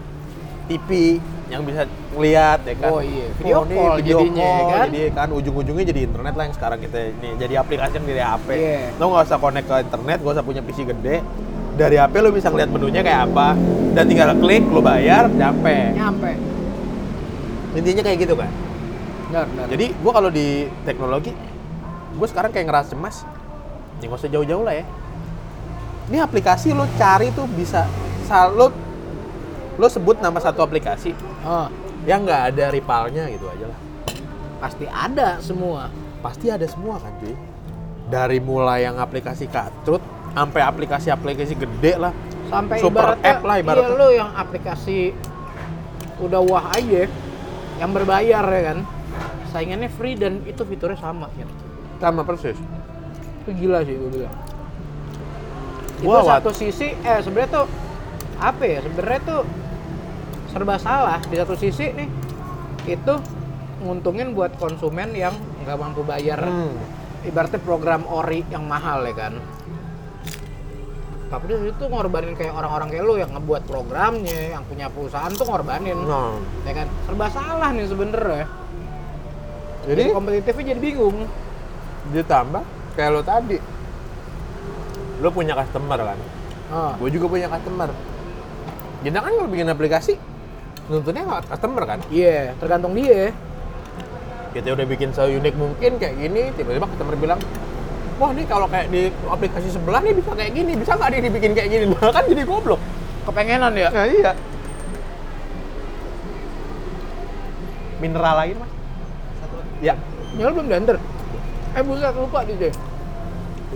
[SPEAKER 1] TV yang bisa ngeliat ya kan
[SPEAKER 2] Oh, iya. Video
[SPEAKER 1] nih,
[SPEAKER 2] call jadinya, ya kan?
[SPEAKER 1] jadi kan ujung-ujungnya jadi internet lah yang sekarang kita ini jadi aplikasi yang dari HP
[SPEAKER 2] Iya.
[SPEAKER 1] lo nggak usah connect ke internet nggak usah punya PC gede dari HP lo bisa ngeliat menunya kayak apa dan tinggal klik lo bayar nyampe
[SPEAKER 2] Nyampe.
[SPEAKER 1] intinya kayak gitu kan
[SPEAKER 2] Benar, benar.
[SPEAKER 1] jadi gua kalau di teknologi gue sekarang kayak ngerasa cemas ya nggak usah jauh-jauh lah ya ini aplikasi lo cari tuh bisa sal- lo lo sebut nama satu aplikasi
[SPEAKER 2] Oh,
[SPEAKER 1] yang nggak ada rivalnya gitu aja lah
[SPEAKER 2] pasti ada semua.
[SPEAKER 1] pasti ada semua kan cuy dari mulai yang aplikasi katrut sampai aplikasi-aplikasi gede lah
[SPEAKER 2] Sampai
[SPEAKER 1] Super
[SPEAKER 2] ibaratnya,
[SPEAKER 1] app lah
[SPEAKER 2] iya
[SPEAKER 1] ibaratnya.
[SPEAKER 2] lo yang aplikasi udah wah aja, yang berbayar ya kan. Saingannya free dan itu fiturnya sama gitu.
[SPEAKER 1] sama persis
[SPEAKER 2] Itu gila sih gue bilang. Itu
[SPEAKER 1] Wah, Wat.
[SPEAKER 2] satu sisi, eh sebenarnya tuh apa ya? Sebenarnya tuh serba salah di satu sisi nih itu nguntungin buat konsumen yang nggak mampu bayar
[SPEAKER 1] Hmm.
[SPEAKER 2] ibaratnya program ori yang mahal ya kan tapi di situ ngorbanin kayak orang-orang kayak lu yang ngebuat programnya yang punya perusahaan tuh ngorbanin
[SPEAKER 1] Nah,
[SPEAKER 2] ya kan serba salah nih sebenernya jadi
[SPEAKER 1] jadi
[SPEAKER 2] kompetitifnya jadi bingung
[SPEAKER 1] ditambah kayak lo tadi lo punya customer kan
[SPEAKER 2] oh,
[SPEAKER 1] gue juga punya customer kita kan kalau bikin aplikasi nuntutnya lewat customer kan
[SPEAKER 2] iya tergantung dia
[SPEAKER 1] kita udah bikin seunik mungkin kayak gini tiba-tiba customer bilang wah nih kalau kayak di aplikasi sebelah nih bisa kayak gini bisa nggak nih dibikin kayak gini Lah, kan jadi goblok
[SPEAKER 2] kepengenan ya
[SPEAKER 1] nah, iya mineral lagi mas ya
[SPEAKER 2] ya lu belum diantar eh buset lupa DJ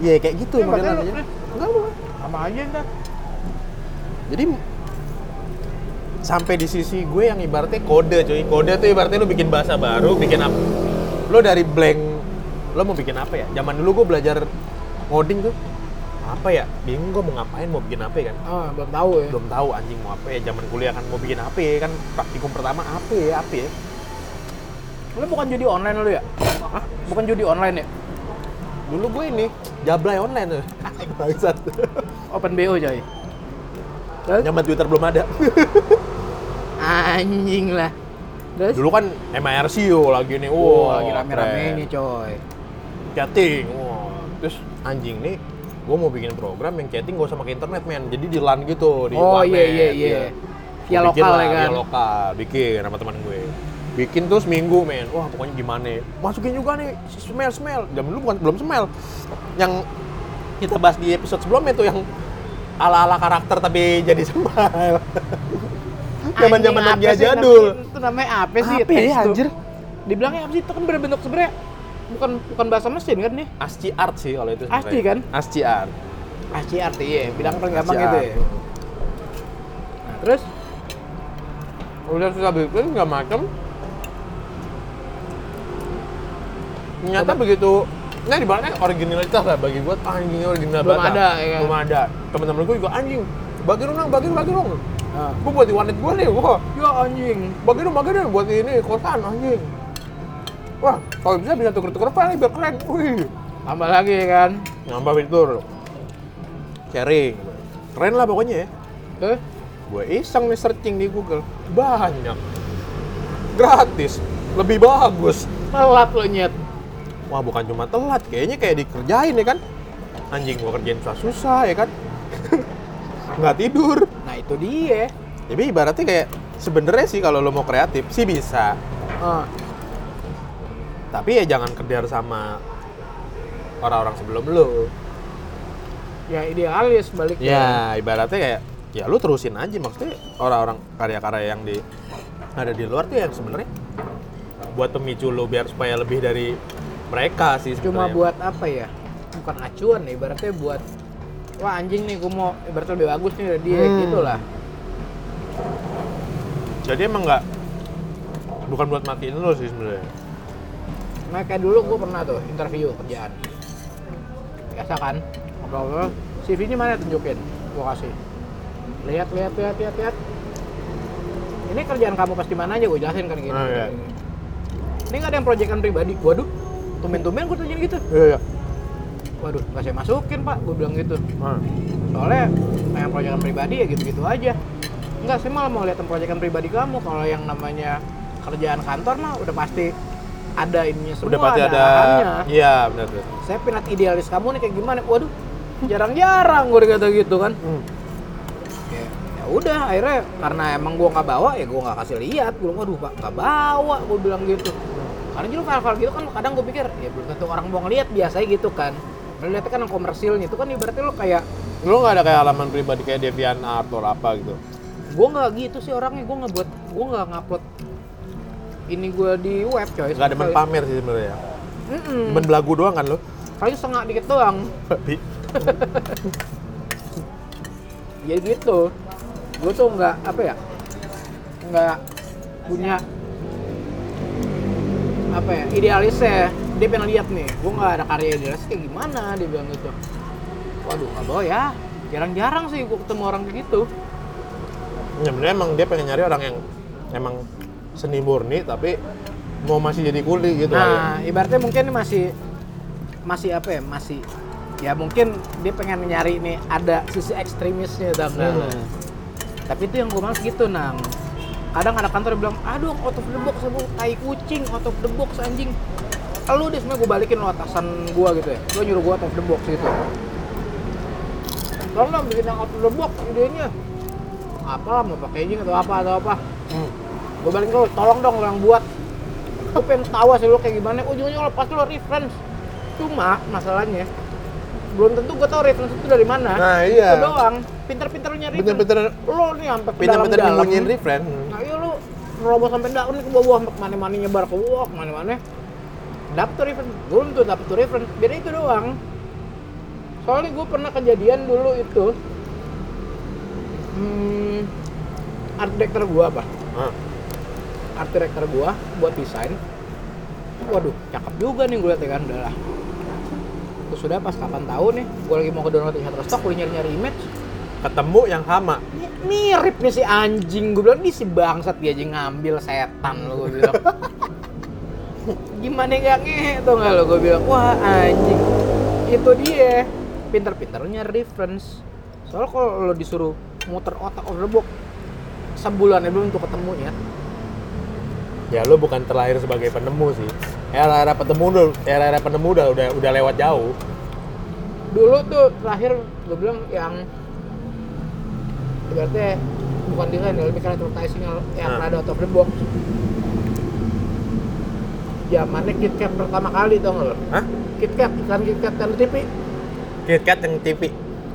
[SPEAKER 1] iya kayak gitu
[SPEAKER 2] Ini makanya
[SPEAKER 1] modelannya.
[SPEAKER 2] lu-
[SPEAKER 1] Enggak, bukan.
[SPEAKER 2] sama aja ntar
[SPEAKER 1] jadi sampai di sisi gue yang ibaratnya kode cuy kode tuh ibaratnya lu bikin bahasa baru bikin apa lu dari blank lu mau bikin apa ya zaman dulu gue belajar ngoding tuh apa ya bingung gue mau ngapain mau bikin apa ya kan
[SPEAKER 2] oh, belum tahu ya
[SPEAKER 1] belum tahu anjing mau apa ya zaman kuliah kan mau bikin apa ya kan praktikum pertama apa ya apa ya
[SPEAKER 2] lu bukan judi online lu ya Hah? bukan judi online ya
[SPEAKER 1] dulu gue ini jablay online tuh bangsat
[SPEAKER 2] open bo coy Terus?
[SPEAKER 1] zaman twitter belum ada
[SPEAKER 2] anjing lah terus
[SPEAKER 1] dulu kan MRCO lagi nih
[SPEAKER 2] Wah,
[SPEAKER 1] wah
[SPEAKER 2] Oh, lagi rame-rame
[SPEAKER 1] keren.
[SPEAKER 2] ini coy.
[SPEAKER 1] chatting wah terus anjing nih gue mau bikin program yang chatting gak usah pakai internet men jadi di LAN gitu di
[SPEAKER 2] Oh
[SPEAKER 1] warnet,
[SPEAKER 2] iya iya iya. Via
[SPEAKER 1] Gua bikin
[SPEAKER 2] lokal
[SPEAKER 1] lah,
[SPEAKER 2] ya kan.
[SPEAKER 1] via lokal bikin sama teman gue bikin terus minggu men wah pokoknya gimana masukin juga nih smell smell jam dulu bukan belum smell yang kita bahas di episode sebelumnya tuh yang ala ala karakter tapi jadi smell zaman zaman
[SPEAKER 2] Anjing,
[SPEAKER 1] Nokia
[SPEAKER 2] apa sih
[SPEAKER 1] jadul
[SPEAKER 2] namanya? Itu namanya apa sih?
[SPEAKER 1] Apa ya,
[SPEAKER 2] teks tuh?
[SPEAKER 1] anjir?
[SPEAKER 2] Dibilangnya apa sih? Itu kan berbentuk sebenarnya bukan bukan bahasa mesin kan nih?
[SPEAKER 1] ASCII art sih kalau itu sebenarnya.
[SPEAKER 2] ASCII kan?
[SPEAKER 1] ASCII art
[SPEAKER 2] ASCII arti ya, bilang paling gampang
[SPEAKER 1] ASCII
[SPEAKER 2] gitu
[SPEAKER 1] art.
[SPEAKER 2] ya. Nah, terus
[SPEAKER 1] udah susah bikin nggak macem ternyata
[SPEAKER 2] Coba.
[SPEAKER 1] begitu nah ibaratnya originalitas lah bagi gue anjing original
[SPEAKER 2] Belum
[SPEAKER 1] banget.
[SPEAKER 2] ada, ya kan?
[SPEAKER 1] belum ada teman-teman gue juga anjing bagi dong nang bagi dong bagi dong
[SPEAKER 2] ah,
[SPEAKER 1] gue buat di warnet gue nih wah
[SPEAKER 2] ya anjing.
[SPEAKER 1] bagi dong bagi dong buat ini kosan anjing wah kalau bisa bisa tuker-tuker file nih, biar keren wih
[SPEAKER 2] Tambah lagi ya kan.
[SPEAKER 1] nambah fitur sharing keren lah pokoknya ya
[SPEAKER 2] Terus
[SPEAKER 1] gue iseng nih searching di Google banyak gratis lebih bagus
[SPEAKER 2] telat lo nyet.
[SPEAKER 1] wah bukan cuma telat kayaknya kayak dikerjain ya kan anjing gua kerjain susah susah ya kan nggak tidur
[SPEAKER 2] Nah, itu dia.
[SPEAKER 1] jadi ibaratnya kayak sebenarnya sih kalau lo mau kreatif sih bisa
[SPEAKER 2] Ah,
[SPEAKER 1] tapi ya jangan kedar sama orang-orang sebelum lo
[SPEAKER 2] ya idealis balik
[SPEAKER 1] ya ibaratnya kayak ya lu terusin aja maksudnya orang-orang karya-karya yang di ada di luar tuh yang sebenarnya buat pemicu lu biar supaya lebih dari mereka sih
[SPEAKER 2] cuma
[SPEAKER 1] sebenarnya.
[SPEAKER 2] buat apa ya bukan acuan ya ibaratnya buat wah anjing nih gue mau ibaratnya lebih bagus nih dari dia
[SPEAKER 1] Hmm.
[SPEAKER 2] gitu lah
[SPEAKER 1] jadi emang nggak bukan buat matiin lu sih sebenarnya
[SPEAKER 2] nah kayak dulu gue pernah tuh interview kerjaan biasa kan ngobrol CV nya mana tunjukin gue kasih lihat lihat lihat lihat lihat ini kerjaan kamu pasti mana aja gue jelasin kan gini
[SPEAKER 1] Oh, iya.
[SPEAKER 2] ini nggak ada yang proyekan pribadi waduh tumben tumben gue tunjukin gitu
[SPEAKER 1] iya iya
[SPEAKER 2] waduh nggak saya masukin pak gue bilang gitu soalnya nah, yang proyekan pribadi ya gitu-gitu aja enggak saya malah mau lihat proyekan pribadi kamu kalau yang namanya kerjaan kantor mah udah pasti ada ininya semua
[SPEAKER 1] udah pasti ada
[SPEAKER 2] arahannya.
[SPEAKER 1] iya benar benar
[SPEAKER 2] saya pinat idealis kamu nih kayak gimana waduh jarang-jarang gue dikata gitu kan ya ya udah akhirnya karena emang gue nggak bawa ya gue nggak kasih lihat gue bilang waduh pak nggak bawa gue bilang gitu karena dulu file-file gitu kan kadang gue pikir ya belum tentu orang mau ngeliat biasanya gitu kan Lu lihatnya kan yang komersilnya itu kan ibaratnya lu kayak
[SPEAKER 1] Lu nggak ada kayak halaman pribadi kayak Devian Art atau apa gitu?
[SPEAKER 2] gua nggak gitu sih orangnya, gua nggak buat gua nggak ngupload ini gua di web coy.
[SPEAKER 1] Nggak demen
[SPEAKER 2] Sekali-
[SPEAKER 1] pamer sih sebenarnya.
[SPEAKER 2] Mm-mm.
[SPEAKER 1] Demen belagu doang kan lu?
[SPEAKER 2] Paling setengah dikit doang.
[SPEAKER 1] Babi.
[SPEAKER 2] Ya gitu. Gua tuh nggak apa ya? Nggak punya apa ya idealisnya dia pengen lihat nih gua nggak ada karya idealis kayak gimana dia bilang gitu waduh nggak bawa ya jarang-jarang sih gua ketemu orang kayak gitu
[SPEAKER 1] Ya, sebenarnya emang dia pengen nyari orang yang emang seni murni tapi mau masih jadi kuli gitu.
[SPEAKER 2] Nah, ibaratnya mungkin ini masih masih apa ya? Masih ya mungkin dia pengen nyari nih ada sisi ekstremisnya dan
[SPEAKER 1] Hmm.
[SPEAKER 2] tapi itu yang gue males gitu nang kadang ada kantor yang bilang aduh out of the box ya, Bu. tai kucing out of the box anjing lu deh sebenarnya gue balikin lo atasan gue gitu ya gue nyuruh gue out of the box gitu tolong dong bikin yang out of the box idenya apa mau packaging atau apa atau apa
[SPEAKER 1] Hmm.
[SPEAKER 2] gue balik lu tolong dong lo yang buat gue pengen tawa sih lo kayak gimana ujung-ujungnya lo pasti lo reference cuma masalahnya belum tentu gue tau reference itu dari mana
[SPEAKER 1] Nah, iya.
[SPEAKER 2] Itu doang pinter-pinter lo nyari
[SPEAKER 1] Pinter-pinter
[SPEAKER 2] reference. lo nih sampai ke
[SPEAKER 1] pinter-pinter
[SPEAKER 2] dalam-dalam.
[SPEAKER 1] nyembunyiin reference.
[SPEAKER 2] nah iya lo nerobos sampai dalam nih ke bawah sampai kemana-mana nyebar ke bawah kemana-mana dapet tuh reference belum tuh dapet tuh reference beda itu doang soalnya gue pernah kejadian dulu itu hmm, art director gue apa
[SPEAKER 1] Ah.
[SPEAKER 2] art director gua buat desain waduh cakep juga nih gue liat ya kan udah lah terus sudah pas kapan tahu nih gue lagi mau ke download di Shutterstock gue nyari nyari image
[SPEAKER 1] Ketemu yang sama.
[SPEAKER 2] Mi- mirip nih si anjing gue bilang ini si bangsat dia aja ngambil setan lo gue bilang gimana nggak ngehe tuh nggak lo gue bilang wah anjing itu dia pinter-pinternya reference soalnya kalau lo disuruh muter otak over the box sebulannya belum tuh ketemu ya
[SPEAKER 1] Ya lu bukan terlahir sebagai penemu sih. Era-era penemu udah era-era penemu udah udah udah lewat jauh.
[SPEAKER 2] dulu tuh terakhir gue bilang yang ibaratnya bukan desain ya, lebih karena advertising yang yang
[SPEAKER 1] Hmm.
[SPEAKER 2] rada out of the box zamannya KitKat pertama kali tau nggak lo
[SPEAKER 1] Hah?
[SPEAKER 2] KitKat ikan KitKat kan di TV
[SPEAKER 1] KitKat yang TV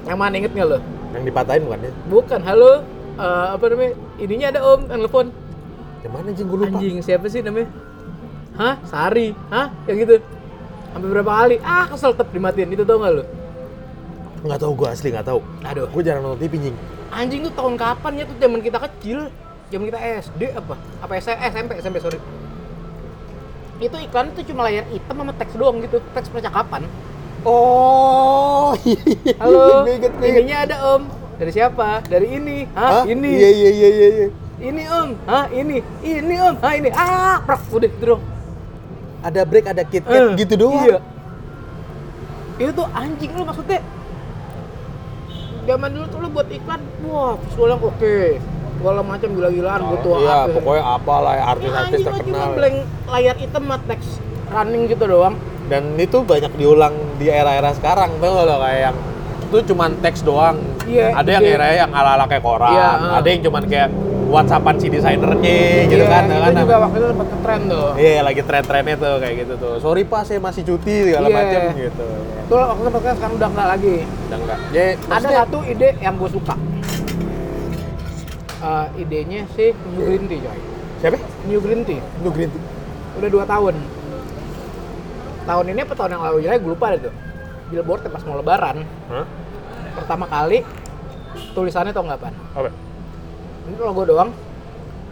[SPEAKER 2] yang mana inget nggak lo
[SPEAKER 1] yang dipatahin bukan ya?
[SPEAKER 2] bukan halo eh, apa namanya ininya ada om yang telepon
[SPEAKER 1] Yang mana anjing gue lupa.
[SPEAKER 2] anjing siapa sih namanya hah Sari hah kayak gitu sampai berapa kali ah kesel tep dimatiin itu tau nggak lo
[SPEAKER 1] Nggak tahu gue asli nggak tahu.
[SPEAKER 2] aduh
[SPEAKER 1] Gue jarang nonton TV anjing.
[SPEAKER 2] anjing tuh tahun kapan ya tuh zaman kita kecil zaman kita SD apa apa S- SMP SMP sorry itu iklan tuh cuma layar hitam sama teks doang gitu teks percakapan
[SPEAKER 1] Oh.
[SPEAKER 2] halo ininya ada om dari siapa dari ini hah, ah, ini
[SPEAKER 1] Iya iya iya iya. iya.
[SPEAKER 2] ini om hah ini ini om hah ini ah prak udah gitu doang
[SPEAKER 1] Ada break ada KitKat
[SPEAKER 2] Eh,
[SPEAKER 1] gitu doang.
[SPEAKER 2] Iya. Itu tuh anjing lu maksudnya. Zaman dulu tuh lu buat iklan, wah visualnya oke. Segala macam gila-gilaan
[SPEAKER 1] Oh,
[SPEAKER 2] Kan butuh
[SPEAKER 1] iya,
[SPEAKER 2] apa.
[SPEAKER 1] pokoknya apalah ya,
[SPEAKER 2] Ini
[SPEAKER 1] artis-artis
[SPEAKER 2] Iya, anjing lu cuma
[SPEAKER 1] terkenal.
[SPEAKER 2] blank layar hitam sama teks running gitu doang.
[SPEAKER 1] Dan itu banyak diulang di era-era sekarang, tau gak lo kayak yang itu cuman teks doang.
[SPEAKER 2] Iya,
[SPEAKER 1] ada yang
[SPEAKER 2] iya.
[SPEAKER 1] era yang ala-ala kayak koran,
[SPEAKER 2] Iya, ah.
[SPEAKER 1] ada yang cuman kayak WhatsAppan si desainernya gitu
[SPEAKER 2] Iya,
[SPEAKER 1] kan,
[SPEAKER 2] itu
[SPEAKER 1] tau kan?
[SPEAKER 2] juga waktu itu sempat ngetren tuh.
[SPEAKER 1] Iya, lagi tren-trennya tuh kayak gitu tuh. Sorry Pak, saya masih cuti segala
[SPEAKER 2] Iya.
[SPEAKER 1] macam gitu.
[SPEAKER 2] Itu waktu itu pakai sekarang udah enggak lagi.
[SPEAKER 1] Dan enggak. Ya,
[SPEAKER 2] Iya, Ada
[SPEAKER 1] maksudnya-
[SPEAKER 2] satu ide yang gue suka. Eh, idenya sih New Green Tea coy.
[SPEAKER 1] siapa?
[SPEAKER 2] New Green Tea.
[SPEAKER 1] New Green Tea.
[SPEAKER 2] udah dua tahun tahun ini apa tahun yang lalu ya gue lupa deh tuh billboard pas mau lebaran
[SPEAKER 1] Hah?
[SPEAKER 2] pertama kali tulisannya tau nggak pan
[SPEAKER 1] Apa?
[SPEAKER 2] ini logo doang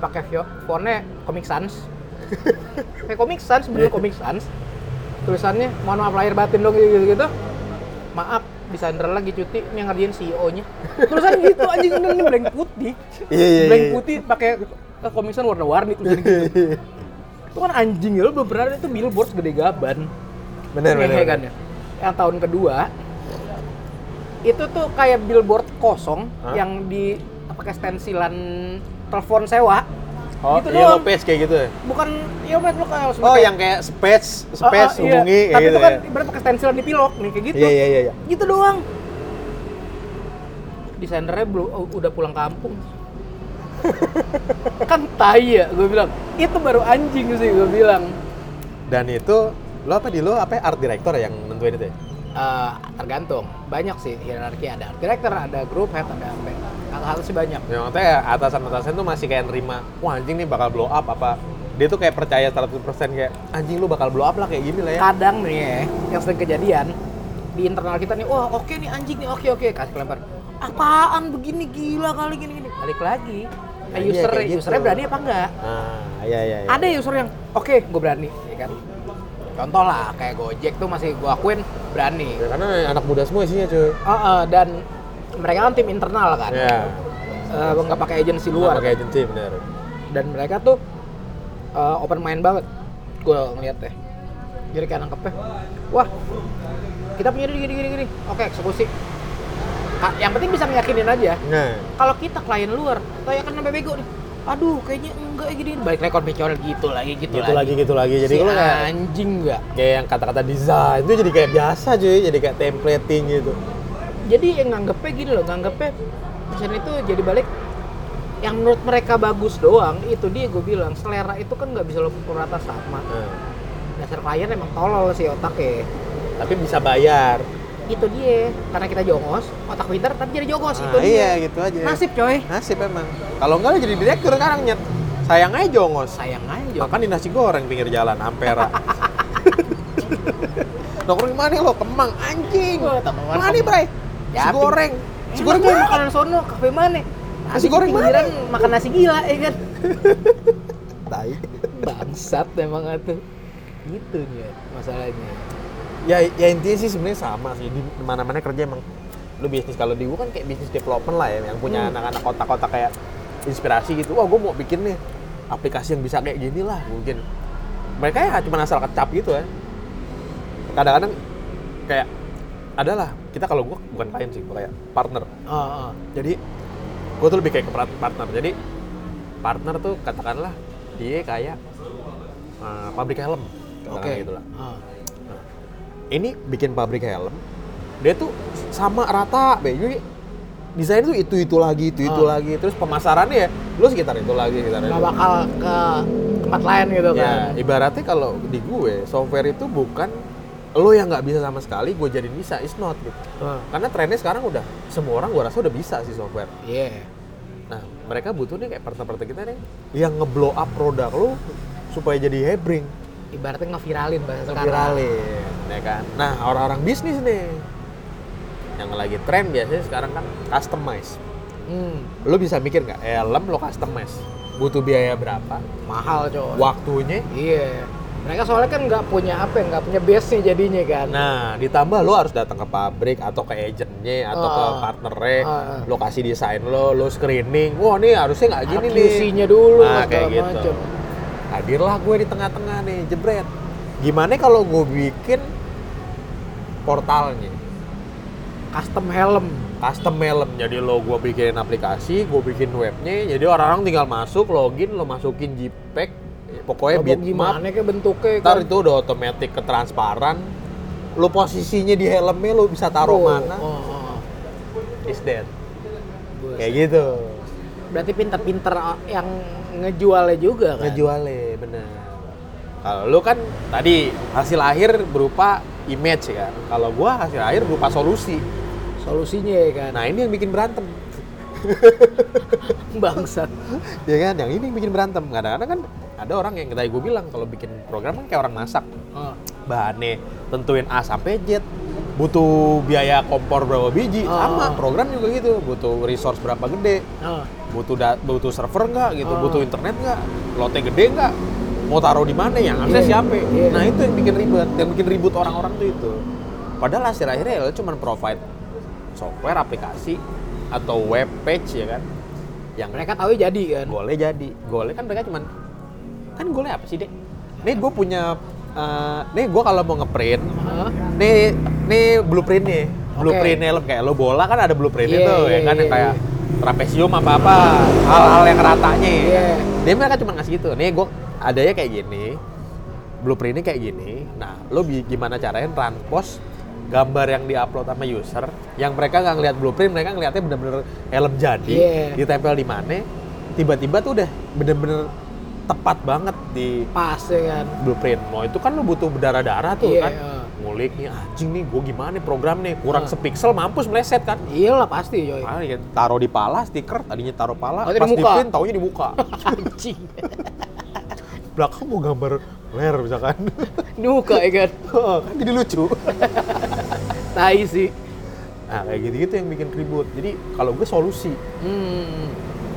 [SPEAKER 2] pakai vio fontnya Comic Sans kayak Comic Sans bener Comic Sans tulisannya mohon maaf lahir batin dong gitu gitu maaf bisa ntar lagi cuti ini yang ngerjain CEO nya tulisannya gitu anjing ini ini blank putih
[SPEAKER 1] Iya, iya,
[SPEAKER 2] blank
[SPEAKER 1] iya.
[SPEAKER 2] putih pakai eh, Comic Sans warna-warni tulisannya gitu
[SPEAKER 1] iya.
[SPEAKER 2] itu kan anjing ya lo belum pernah lihat itu billboard gede gaban
[SPEAKER 1] Bener, bener.
[SPEAKER 2] Ngehe kan ya yang tahun kedua itu tuh kayak billboard kosong
[SPEAKER 1] Hah?
[SPEAKER 2] yang di pakai stensilan telepon sewa
[SPEAKER 1] Oh,
[SPEAKER 2] Gitu
[SPEAKER 1] yellow
[SPEAKER 2] doang.
[SPEAKER 1] page kayak gitu ya?
[SPEAKER 2] bukan ya mas lu kayak
[SPEAKER 1] Oh, yang kayak space, space
[SPEAKER 2] Oh, oh, iya.
[SPEAKER 1] hubungi kayak
[SPEAKER 2] tapi
[SPEAKER 1] gitu
[SPEAKER 2] itu kan
[SPEAKER 1] ya.
[SPEAKER 2] ibarat pakai stensilan di pilok nih kayak gitu
[SPEAKER 1] Iya, iya, iya, iya.
[SPEAKER 2] gitu doang desainernya belum oh, udah pulang kampung kan tai ya gue bilang itu baru anjing sih gue bilang
[SPEAKER 1] Dan itu lo apa di lo apa ya, art director yang nentuin itu ya?
[SPEAKER 2] Eh, eh, tergantung banyak sih hierarki ada art director ada group head ada apa hal-hal sih banyak
[SPEAKER 1] Yang maksudnya ya, atasan-atasan tuh masih kayak nerima, wah anjing nih bakal blow up apa. Dia tuh kayak percaya 100% kayak, anjing lu bakal blow up lah kayak gini lah ya.
[SPEAKER 2] kadang nih ya yang sering kejadian di internal kita nih wah oke nih anjing nih oke oke kasih kelempar apaan begini gila kali gini gini balik lagi
[SPEAKER 1] Nah,
[SPEAKER 2] nah,
[SPEAKER 1] iya,
[SPEAKER 2] user
[SPEAKER 1] kayak gitu.
[SPEAKER 2] usernya berani apa enggak
[SPEAKER 1] Nah, iya iya iya.
[SPEAKER 2] ada ya user yang oke gue berani ya kan contoh lah kayak Gojek tuh masih gue akuin berani
[SPEAKER 1] Ya, karena anak muda semua isinya cuy.
[SPEAKER 2] Oh, eh, dan mereka kan tim internal kan
[SPEAKER 1] Ya.
[SPEAKER 2] Eh, nggak pakai agensi
[SPEAKER 1] Luar
[SPEAKER 2] luar
[SPEAKER 1] pakai agency bener.
[SPEAKER 2] dan mereka tuh eh, open mind banget gue ngeliat deh jadi kayak nangkepnya wah kita punya ini gini gini gini oke eksekusi Ka- yang penting bisa meyakinin aja
[SPEAKER 1] Nah,
[SPEAKER 2] kalau kita klien luar kita yakin sampai bego nih aduh kayaknya enggak ya gini balik rekor bicara gitu lagi gitu,
[SPEAKER 1] gitu lagi gitu lagi. Jadi
[SPEAKER 2] si
[SPEAKER 1] lu kayak
[SPEAKER 2] anjing enggak
[SPEAKER 1] kayak yang kata-kata desain itu jadi kayak biasa cuy, jadi kayak templating gitu.
[SPEAKER 2] jadi yang nganggepnya gini loh nganggepnya pesan itu jadi balik yang menurut mereka bagus doang itu dia gue bilang selera itu kan nggak bisa lo pukul rata sama
[SPEAKER 1] Nah,
[SPEAKER 2] dasar klien emang tolol sih otaknya
[SPEAKER 1] tapi bisa bayar.
[SPEAKER 2] itu dia karena kita jongos otak pinter tapi jadi jongos itu
[SPEAKER 1] Nah, iya
[SPEAKER 2] dia
[SPEAKER 1] gitu aja.
[SPEAKER 2] nasib coy
[SPEAKER 1] Nasib emang. Kalau enggak lu jadi direktur sekarang nyet. Sayang aja jongos.
[SPEAKER 2] sayang aja
[SPEAKER 1] Makan di nasi goreng pinggir jalan Ampera. Nongkrong di mana lo? Kemang anjing.
[SPEAKER 2] Wah, tambah warna
[SPEAKER 1] Mana nih, Bray? Nasi
[SPEAKER 2] Ya, ping-
[SPEAKER 1] goreng. Nasi
[SPEAKER 2] Enak
[SPEAKER 1] goreng
[SPEAKER 2] ya,
[SPEAKER 1] mana?
[SPEAKER 2] makanan sono kafe mana
[SPEAKER 1] Nasi goreng mana?
[SPEAKER 2] pinggiran makan nasi gila ya kan
[SPEAKER 1] Tai.
[SPEAKER 2] bangsat emang tuh gitu ya masalahnya
[SPEAKER 1] Ya ya intinya sih sebenarnya sama sih di mana-mana kerja emang lu bisnis kalau di gua kan kayak bisnis development lah ya yang punya
[SPEAKER 2] Hmm.
[SPEAKER 1] anak-anak otak-otak kayak inspirasi gitu. Wah, gua mau bikin nih aplikasi yang bisa kayak gini lah mungkin. Mereka ya cuma asal kecap gitu ya. Kadang-kadang kayak adalah kita kalau gua bukan klien sih, gua kayak partner.
[SPEAKER 2] oh, oh.
[SPEAKER 1] jadi gue tuh lebih kayak ke par- partner jadi partner tuh katakanlah dia kayak eh, pabrik helm katakanlah
[SPEAKER 2] oke
[SPEAKER 1] gitu lah.
[SPEAKER 2] Oh.
[SPEAKER 1] ini bikin pabrik helm dia tuh sama rata be jadi desain tuh itu itu lagi itu itu
[SPEAKER 2] Ah.
[SPEAKER 1] lagi terus pemasarannya ya lu sekitar itu lagi sekitar itu
[SPEAKER 2] nggak bakal ke tempat lain gitu kan
[SPEAKER 1] Ya, ibaratnya kalau di gue software itu bukan lo yang nggak bisa sama sekali gue jadiin bisa it's not gitu
[SPEAKER 2] Oh,
[SPEAKER 1] karena trennya sekarang udah semua orang gue rasa udah bisa sih software
[SPEAKER 2] iya
[SPEAKER 1] Nah, mereka butuh nih kayak partner-partner kita nih yang ngeblow up produk lu supaya jadi hebring,
[SPEAKER 2] ibaratnya ngeviralin bahasa sekarang
[SPEAKER 1] viralin, ya kan. Nah, orang-orang bisnis nih yang lagi tren biasanya sekarang kan customize.
[SPEAKER 2] hmm,
[SPEAKER 1] Lu bisa mikir nggak, helm lo customize, butuh biaya berapa,
[SPEAKER 2] mahal coy
[SPEAKER 1] waktunya.
[SPEAKER 2] Iya. Mereka soalnya kan nggak punya apa, ya, nggak punya base nya jadinya kan.
[SPEAKER 1] Nah, ditambah lo harus datang ke pabrik atau ke agentnya atau ke
[SPEAKER 2] Ah.
[SPEAKER 1] partnernya,
[SPEAKER 2] Ah, ah.
[SPEAKER 1] lo kasih desain lo, lo screening. Wah, nih harusnya nggak gini nih.
[SPEAKER 2] nya dulu
[SPEAKER 1] Nah,
[SPEAKER 2] segala
[SPEAKER 1] kayak gitu.
[SPEAKER 2] macem.
[SPEAKER 1] Hadirlah gue di tengah-tengah nih, jebret. Gimana kalau gue bikin portalnya?
[SPEAKER 2] Custom helm.
[SPEAKER 1] Custom helm. Jadi lo gue bikin aplikasi, gue bikin webnya. Jadi orang-orang tinggal masuk, login, lo masukin JPEG, pokoknya
[SPEAKER 2] Lo mau
[SPEAKER 1] bitmap.
[SPEAKER 2] gimana kayak bentuknya
[SPEAKER 1] Ntar
[SPEAKER 2] kan.
[SPEAKER 1] itu udah otomatis ke transparan. Lo posisinya di helmnya lo bisa taruh
[SPEAKER 2] Oh,
[SPEAKER 1] mana?
[SPEAKER 2] oh, oh.
[SPEAKER 1] Is that?
[SPEAKER 2] Buset.
[SPEAKER 1] Kayak gitu.
[SPEAKER 2] Berarti pinter-pinter yang ngejualnya juga kan.
[SPEAKER 1] Ngejualnya bener. Kalau lu kan tadi hasil akhir berupa image ya kan. Kalau gua hasil akhir berupa solusi.
[SPEAKER 2] Solusinya ya kan.
[SPEAKER 1] Nah ini yang bikin berantem,
[SPEAKER 2] Bangsat.
[SPEAKER 1] ya kan? Yang ini yang bikin berantem. Kadang-kadang kan ada orang yang tadi gue bilang kalau bikin program kan kayak orang masak,
[SPEAKER 2] Oh,
[SPEAKER 1] bahannya tentuin A sampai Z, butuh biaya kompor berapa biji,
[SPEAKER 2] Ah.
[SPEAKER 1] sama program juga gitu, butuh resource berapa gede,
[SPEAKER 2] oh.
[SPEAKER 1] butuh da- butuh server nggak gitu,
[SPEAKER 2] Ah.
[SPEAKER 1] butuh internet nggak, lotnya gede nggak, mau taruh di mana yang akses
[SPEAKER 2] Iya,
[SPEAKER 1] siapa?
[SPEAKER 2] iya.
[SPEAKER 1] Nah itu yang bikin ribet, yang bikin ribut orang-orang tuh itu. Padahal hasil akhirnya lo cuma provide software, aplikasi atau web page ya kan, yang
[SPEAKER 2] Mereka tahu jadi kan.
[SPEAKER 1] golnya jadi golnya kan mereka cuman kan golnya apa sih dek nih gue punya eh, nih gue kalau mau ngeprint
[SPEAKER 2] Heeh.
[SPEAKER 1] nih nih blueprintnya blueprintnya lo kayak lo bola kan ada blueprintnya
[SPEAKER 2] Iya,
[SPEAKER 1] tuh
[SPEAKER 2] iya,
[SPEAKER 1] ya kan yang
[SPEAKER 2] iya,
[SPEAKER 1] kayak trapesium apa apa hal-hal yang ratanya
[SPEAKER 2] Iya.
[SPEAKER 1] dia mereka cuma ngasih gitu nih gue adanya kayak gini blueprintnya kayak gini nah lo bi- gimana caranya transpose gambar yang diupload sama user yang mereka nggak ngeliat blueprint mereka ngeliatnya bener-bener helm jadi
[SPEAKER 2] Iya.
[SPEAKER 1] ditempel di mana tiba-tiba tuh udah bener-bener tepat banget di
[SPEAKER 2] Pas ya kan.
[SPEAKER 1] Nah, blueprint mau itu kan lo kan butuh berdarah-darah tuh
[SPEAKER 2] Iya, Iya.
[SPEAKER 1] kan
[SPEAKER 2] heeh.
[SPEAKER 1] ngulik nih "Ah, anjing nih gue gimana nih program nih kurang sepiksel mampus meleset kan
[SPEAKER 2] Iyalah pasti coy.
[SPEAKER 1] Ah, ya, taruh di pala stiker tadinya taruh pala
[SPEAKER 2] Iya. Oh, jadi
[SPEAKER 1] pas
[SPEAKER 2] muka.
[SPEAKER 1] dipin taunya di muka
[SPEAKER 2] Anjing.
[SPEAKER 1] belakang mau gambar ler misalkan
[SPEAKER 2] Nuka ya kan.
[SPEAKER 1] kan jadi lucu
[SPEAKER 2] Tai sih.
[SPEAKER 1] nah kayak gitu-gitu yang bikin ribut jadi kalau gue solusi
[SPEAKER 2] Hmm.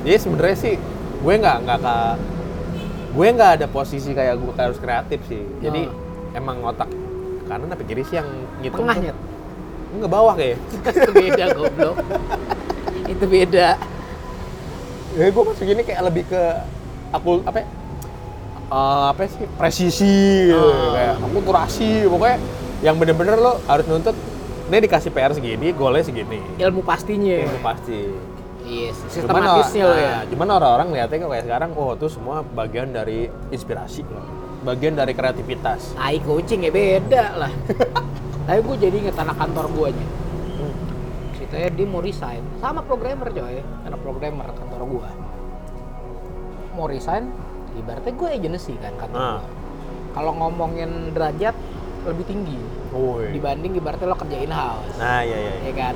[SPEAKER 1] jadi sebenarnya sih gue nggak nggak ka- gue nggak ada posisi kayak gue kayak harus kreatif sih jadi
[SPEAKER 2] Ah.
[SPEAKER 1] emang otak kanan apa kiri sih yang ngitung tuh?
[SPEAKER 2] Tengahnya.
[SPEAKER 1] nggak bawah kayak
[SPEAKER 2] itu beda goblok. itu beda.
[SPEAKER 1] ya gue masuk ini kayak lebih ke aku apa ya? Eh, apa sih presisi gitu.
[SPEAKER 2] Ah.
[SPEAKER 1] kayak akulturasi pokoknya yang bener-bener lo harus nuntut ini dikasih PR segini, golnya segini.
[SPEAKER 2] Ilmu pastinya.
[SPEAKER 1] Itu pasti.
[SPEAKER 2] Yes,
[SPEAKER 1] Cuman
[SPEAKER 2] sistematisnya
[SPEAKER 1] or-
[SPEAKER 2] lo ya.
[SPEAKER 1] nah, cuman orang-orang lihatnya kayak sekarang, oh itu semua bagian dari inspirasi loh. Bagian dari kreativitas.
[SPEAKER 2] Tai coaching ya beda lah. Tapi gue jadi inget anak kantor gue aja. Hmm. Ceritanya dia mau resign. Sama programmer coy. Anak programmer kantor gue. Mau resign, ibaratnya gue agency kan kantor
[SPEAKER 1] Ah.
[SPEAKER 2] gua. Kalau ngomongin derajat, lebih tinggi.
[SPEAKER 1] Woi.
[SPEAKER 2] Dibanding ibaratnya lo kerja in-house.
[SPEAKER 1] Nah, iya iya.
[SPEAKER 2] Ya kan?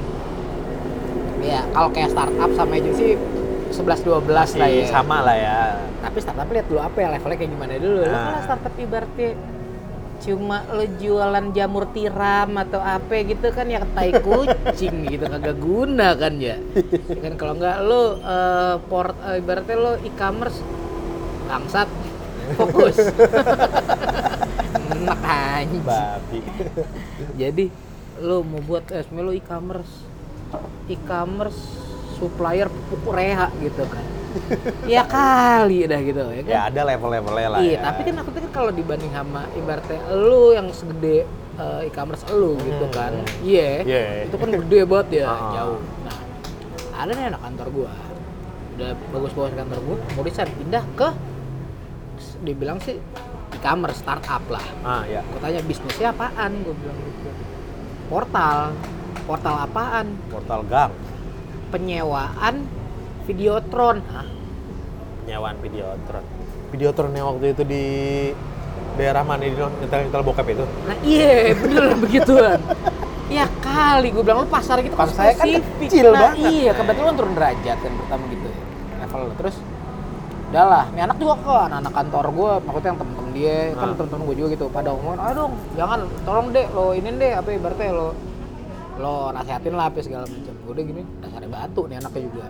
[SPEAKER 2] Ya, kalau kayak startup sama agency, 11-12 lah
[SPEAKER 1] Masih
[SPEAKER 2] ya
[SPEAKER 1] sama lah ya.
[SPEAKER 2] tapi startup lihat dulu apa ya levelnya kayak gimana dulu Lo
[SPEAKER 1] Nah.
[SPEAKER 2] kalau startup ibaratnya cuma lo jualan jamur tiram atau apa gitu kan ya tai kucing gitu kagak guna kan ya Ya kan kalau nggak lo eh, port eh, ibaratnya lo e-commerce bangsat fokus enak aja
[SPEAKER 1] Babi.
[SPEAKER 2] jadi lo mau buat eh, sebenarnya lo e-commerce e-commerce supplier pupuk reha gitu kan ya kali dah gitu ya kan
[SPEAKER 1] ya ada level-levelnya lah.
[SPEAKER 2] iya
[SPEAKER 1] ya.
[SPEAKER 2] tapi kan aku pikir kalau dibanding sama ibaratnya lo yang segede eh, e-commerce lo gitu
[SPEAKER 1] Hmm.
[SPEAKER 2] kan iya
[SPEAKER 1] Iya.
[SPEAKER 2] itu kan gede banget ya
[SPEAKER 1] Ah.
[SPEAKER 2] jauh nah ada nih anak kantor gua udah bagus-bagus kantor gua mau desain pindah ke dibilang sih e-commerce startup lah
[SPEAKER 1] Ah, ya.
[SPEAKER 2] gue tanya bisnisnya apaan gue bilang gitu portal portal apaan
[SPEAKER 1] Portal gang,
[SPEAKER 2] penyewaan videotron Hah?
[SPEAKER 1] penyewaan videotron. Videotron yang waktu itu di daerah mana di nyetel-nyetel bokep itu?
[SPEAKER 2] nah iya bener lah begituan ya kali gue bilang lu pasar gitu
[SPEAKER 1] Pasar saya kan
[SPEAKER 2] spesifik.
[SPEAKER 1] kecil
[SPEAKER 2] nah,
[SPEAKER 1] banget.
[SPEAKER 2] iya kebetulan turun derajat kan pertama gitu ya level lu. terus udah lah, ini anak juga kok, anak-anak kantor gue, maksudnya yang temen-temen dia, kan
[SPEAKER 1] Ah.
[SPEAKER 2] temen-temen gue juga gitu, pada ngomongin, aduh dong, jangan, tolong deh, lo ini deh, apa ibaratnya lo, lo nasihatin lah, apa segala macam. Gue udah gini, dasarnya batu nih anaknya juga.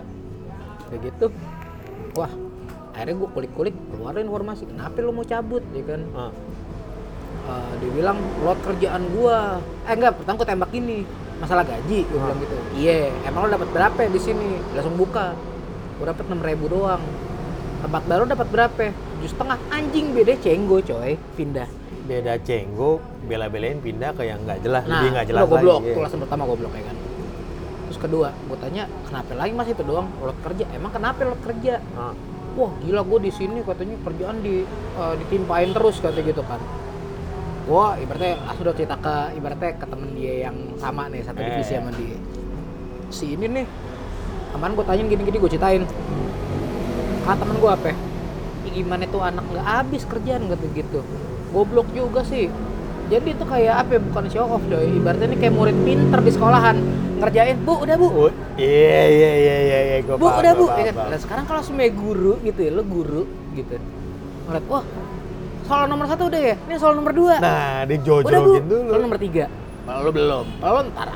[SPEAKER 2] Kayak gitu, wah, akhirnya gue kulik-kulik, keluarin informasi, kenapa lo mau cabut, ya kan?
[SPEAKER 1] Ah.
[SPEAKER 2] Eh, dia bilang lot kerjaan gua eh enggak pertama gua tembak ini masalah gaji gua
[SPEAKER 1] Ah.
[SPEAKER 2] bilang gitu iya emang lo dapat berapa ya di sini langsung buka gua dapat enam ribu doang tempat baru dapat berapa jus setengah anjing beda cenggo coy pindah
[SPEAKER 1] beda cenggo bela-belain pindah ke yang nggak jelas
[SPEAKER 2] nah
[SPEAKER 1] Ah, lebih nggak jelas
[SPEAKER 2] lo goblok
[SPEAKER 1] lagi iya.
[SPEAKER 2] tuh alasan pertama goblok ya kan terus kedua gua tanya kenapa lagi mas itu doang lot kerja emang kenapa lot kerja
[SPEAKER 1] Ah,
[SPEAKER 2] wah gila gue di sini katanya kerjaan di eh, ditimpain terus katanya gitu kan gue ibaratnya aku udah cerita ke ibaratnya ke temen dia yang sama nih satu
[SPEAKER 1] Eh.
[SPEAKER 2] divisi sama dia si ini nih kemarin gue tanyain gini-gini gue ceritain ah temen gue apa ya? "Ih, gimana tuh anak nggak habis kerjaan gitu gitu goblok juga sih jadi itu kayak apa ya, bukan show off doi ibaratnya ini kayak murid pinter di sekolahan ngerjain bu udah bu
[SPEAKER 1] Oh, iya iya iya iya iya gua
[SPEAKER 2] bu
[SPEAKER 1] paham,
[SPEAKER 2] udah bu
[SPEAKER 1] gua
[SPEAKER 2] ya
[SPEAKER 1] paham,
[SPEAKER 2] kan?
[SPEAKER 1] paham.
[SPEAKER 2] Nah, sekarang kalau semuanya guru gitu ya lo guru gitu ngeliat wah soal nomor satu udah ya ini soal nomor dua
[SPEAKER 1] nah
[SPEAKER 2] udah bu
[SPEAKER 1] dijojogin dulu Oh,
[SPEAKER 2] soal nomor tiga kalau lo belum kalau lo ntar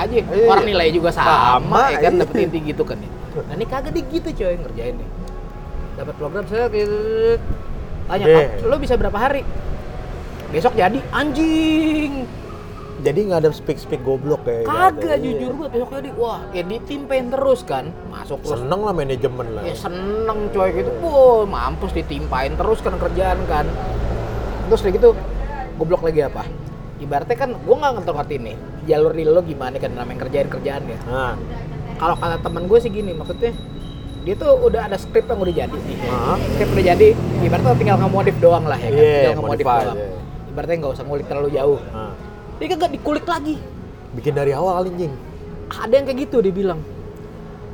[SPEAKER 2] aja
[SPEAKER 1] Iya.
[SPEAKER 2] orang nilai juga sama,
[SPEAKER 1] Sama,
[SPEAKER 2] ya kan
[SPEAKER 1] iya.
[SPEAKER 2] dapet inti gitu kan ya nah ini kagak deh gitu coy ngerjain nih dapat program saya kayak gitu. tanya
[SPEAKER 1] Deh.
[SPEAKER 2] "Kak, lo bisa berapa hari besok jadi anjing
[SPEAKER 1] jadi nggak ada speak speak goblok ya, kayak
[SPEAKER 2] kagak
[SPEAKER 1] iya.
[SPEAKER 2] jujur gue besok jadi wah ya di tim terus kan masuk terus
[SPEAKER 1] Iya. seneng lah manajemen lah
[SPEAKER 2] ya seneng coy gitu wow mampus ditimpain terus kan kerjaan kan terus kayak gitu goblok lagi apa ibaratnya kan gue nggak ngerti ngerti nih jalur di lo gimana kan namanya kerjaan kerjaan ya
[SPEAKER 1] nah
[SPEAKER 2] kalau kata teman gue sih gini maksudnya dia tuh udah ada skrip yang udah jadi nih
[SPEAKER 1] Hah?
[SPEAKER 2] skrip udah jadi ibaratnya tinggal ngemodif doang lah ya kan
[SPEAKER 1] Iya,
[SPEAKER 2] tinggal ngemodif
[SPEAKER 1] modify,
[SPEAKER 2] doang
[SPEAKER 1] iya.
[SPEAKER 2] ibaratnya nggak usah ngulik terlalu jauh
[SPEAKER 1] nah.
[SPEAKER 2] dia kagak dikulik lagi
[SPEAKER 1] bikin dari awal anjing
[SPEAKER 2] ada yang kayak gitu dia bilang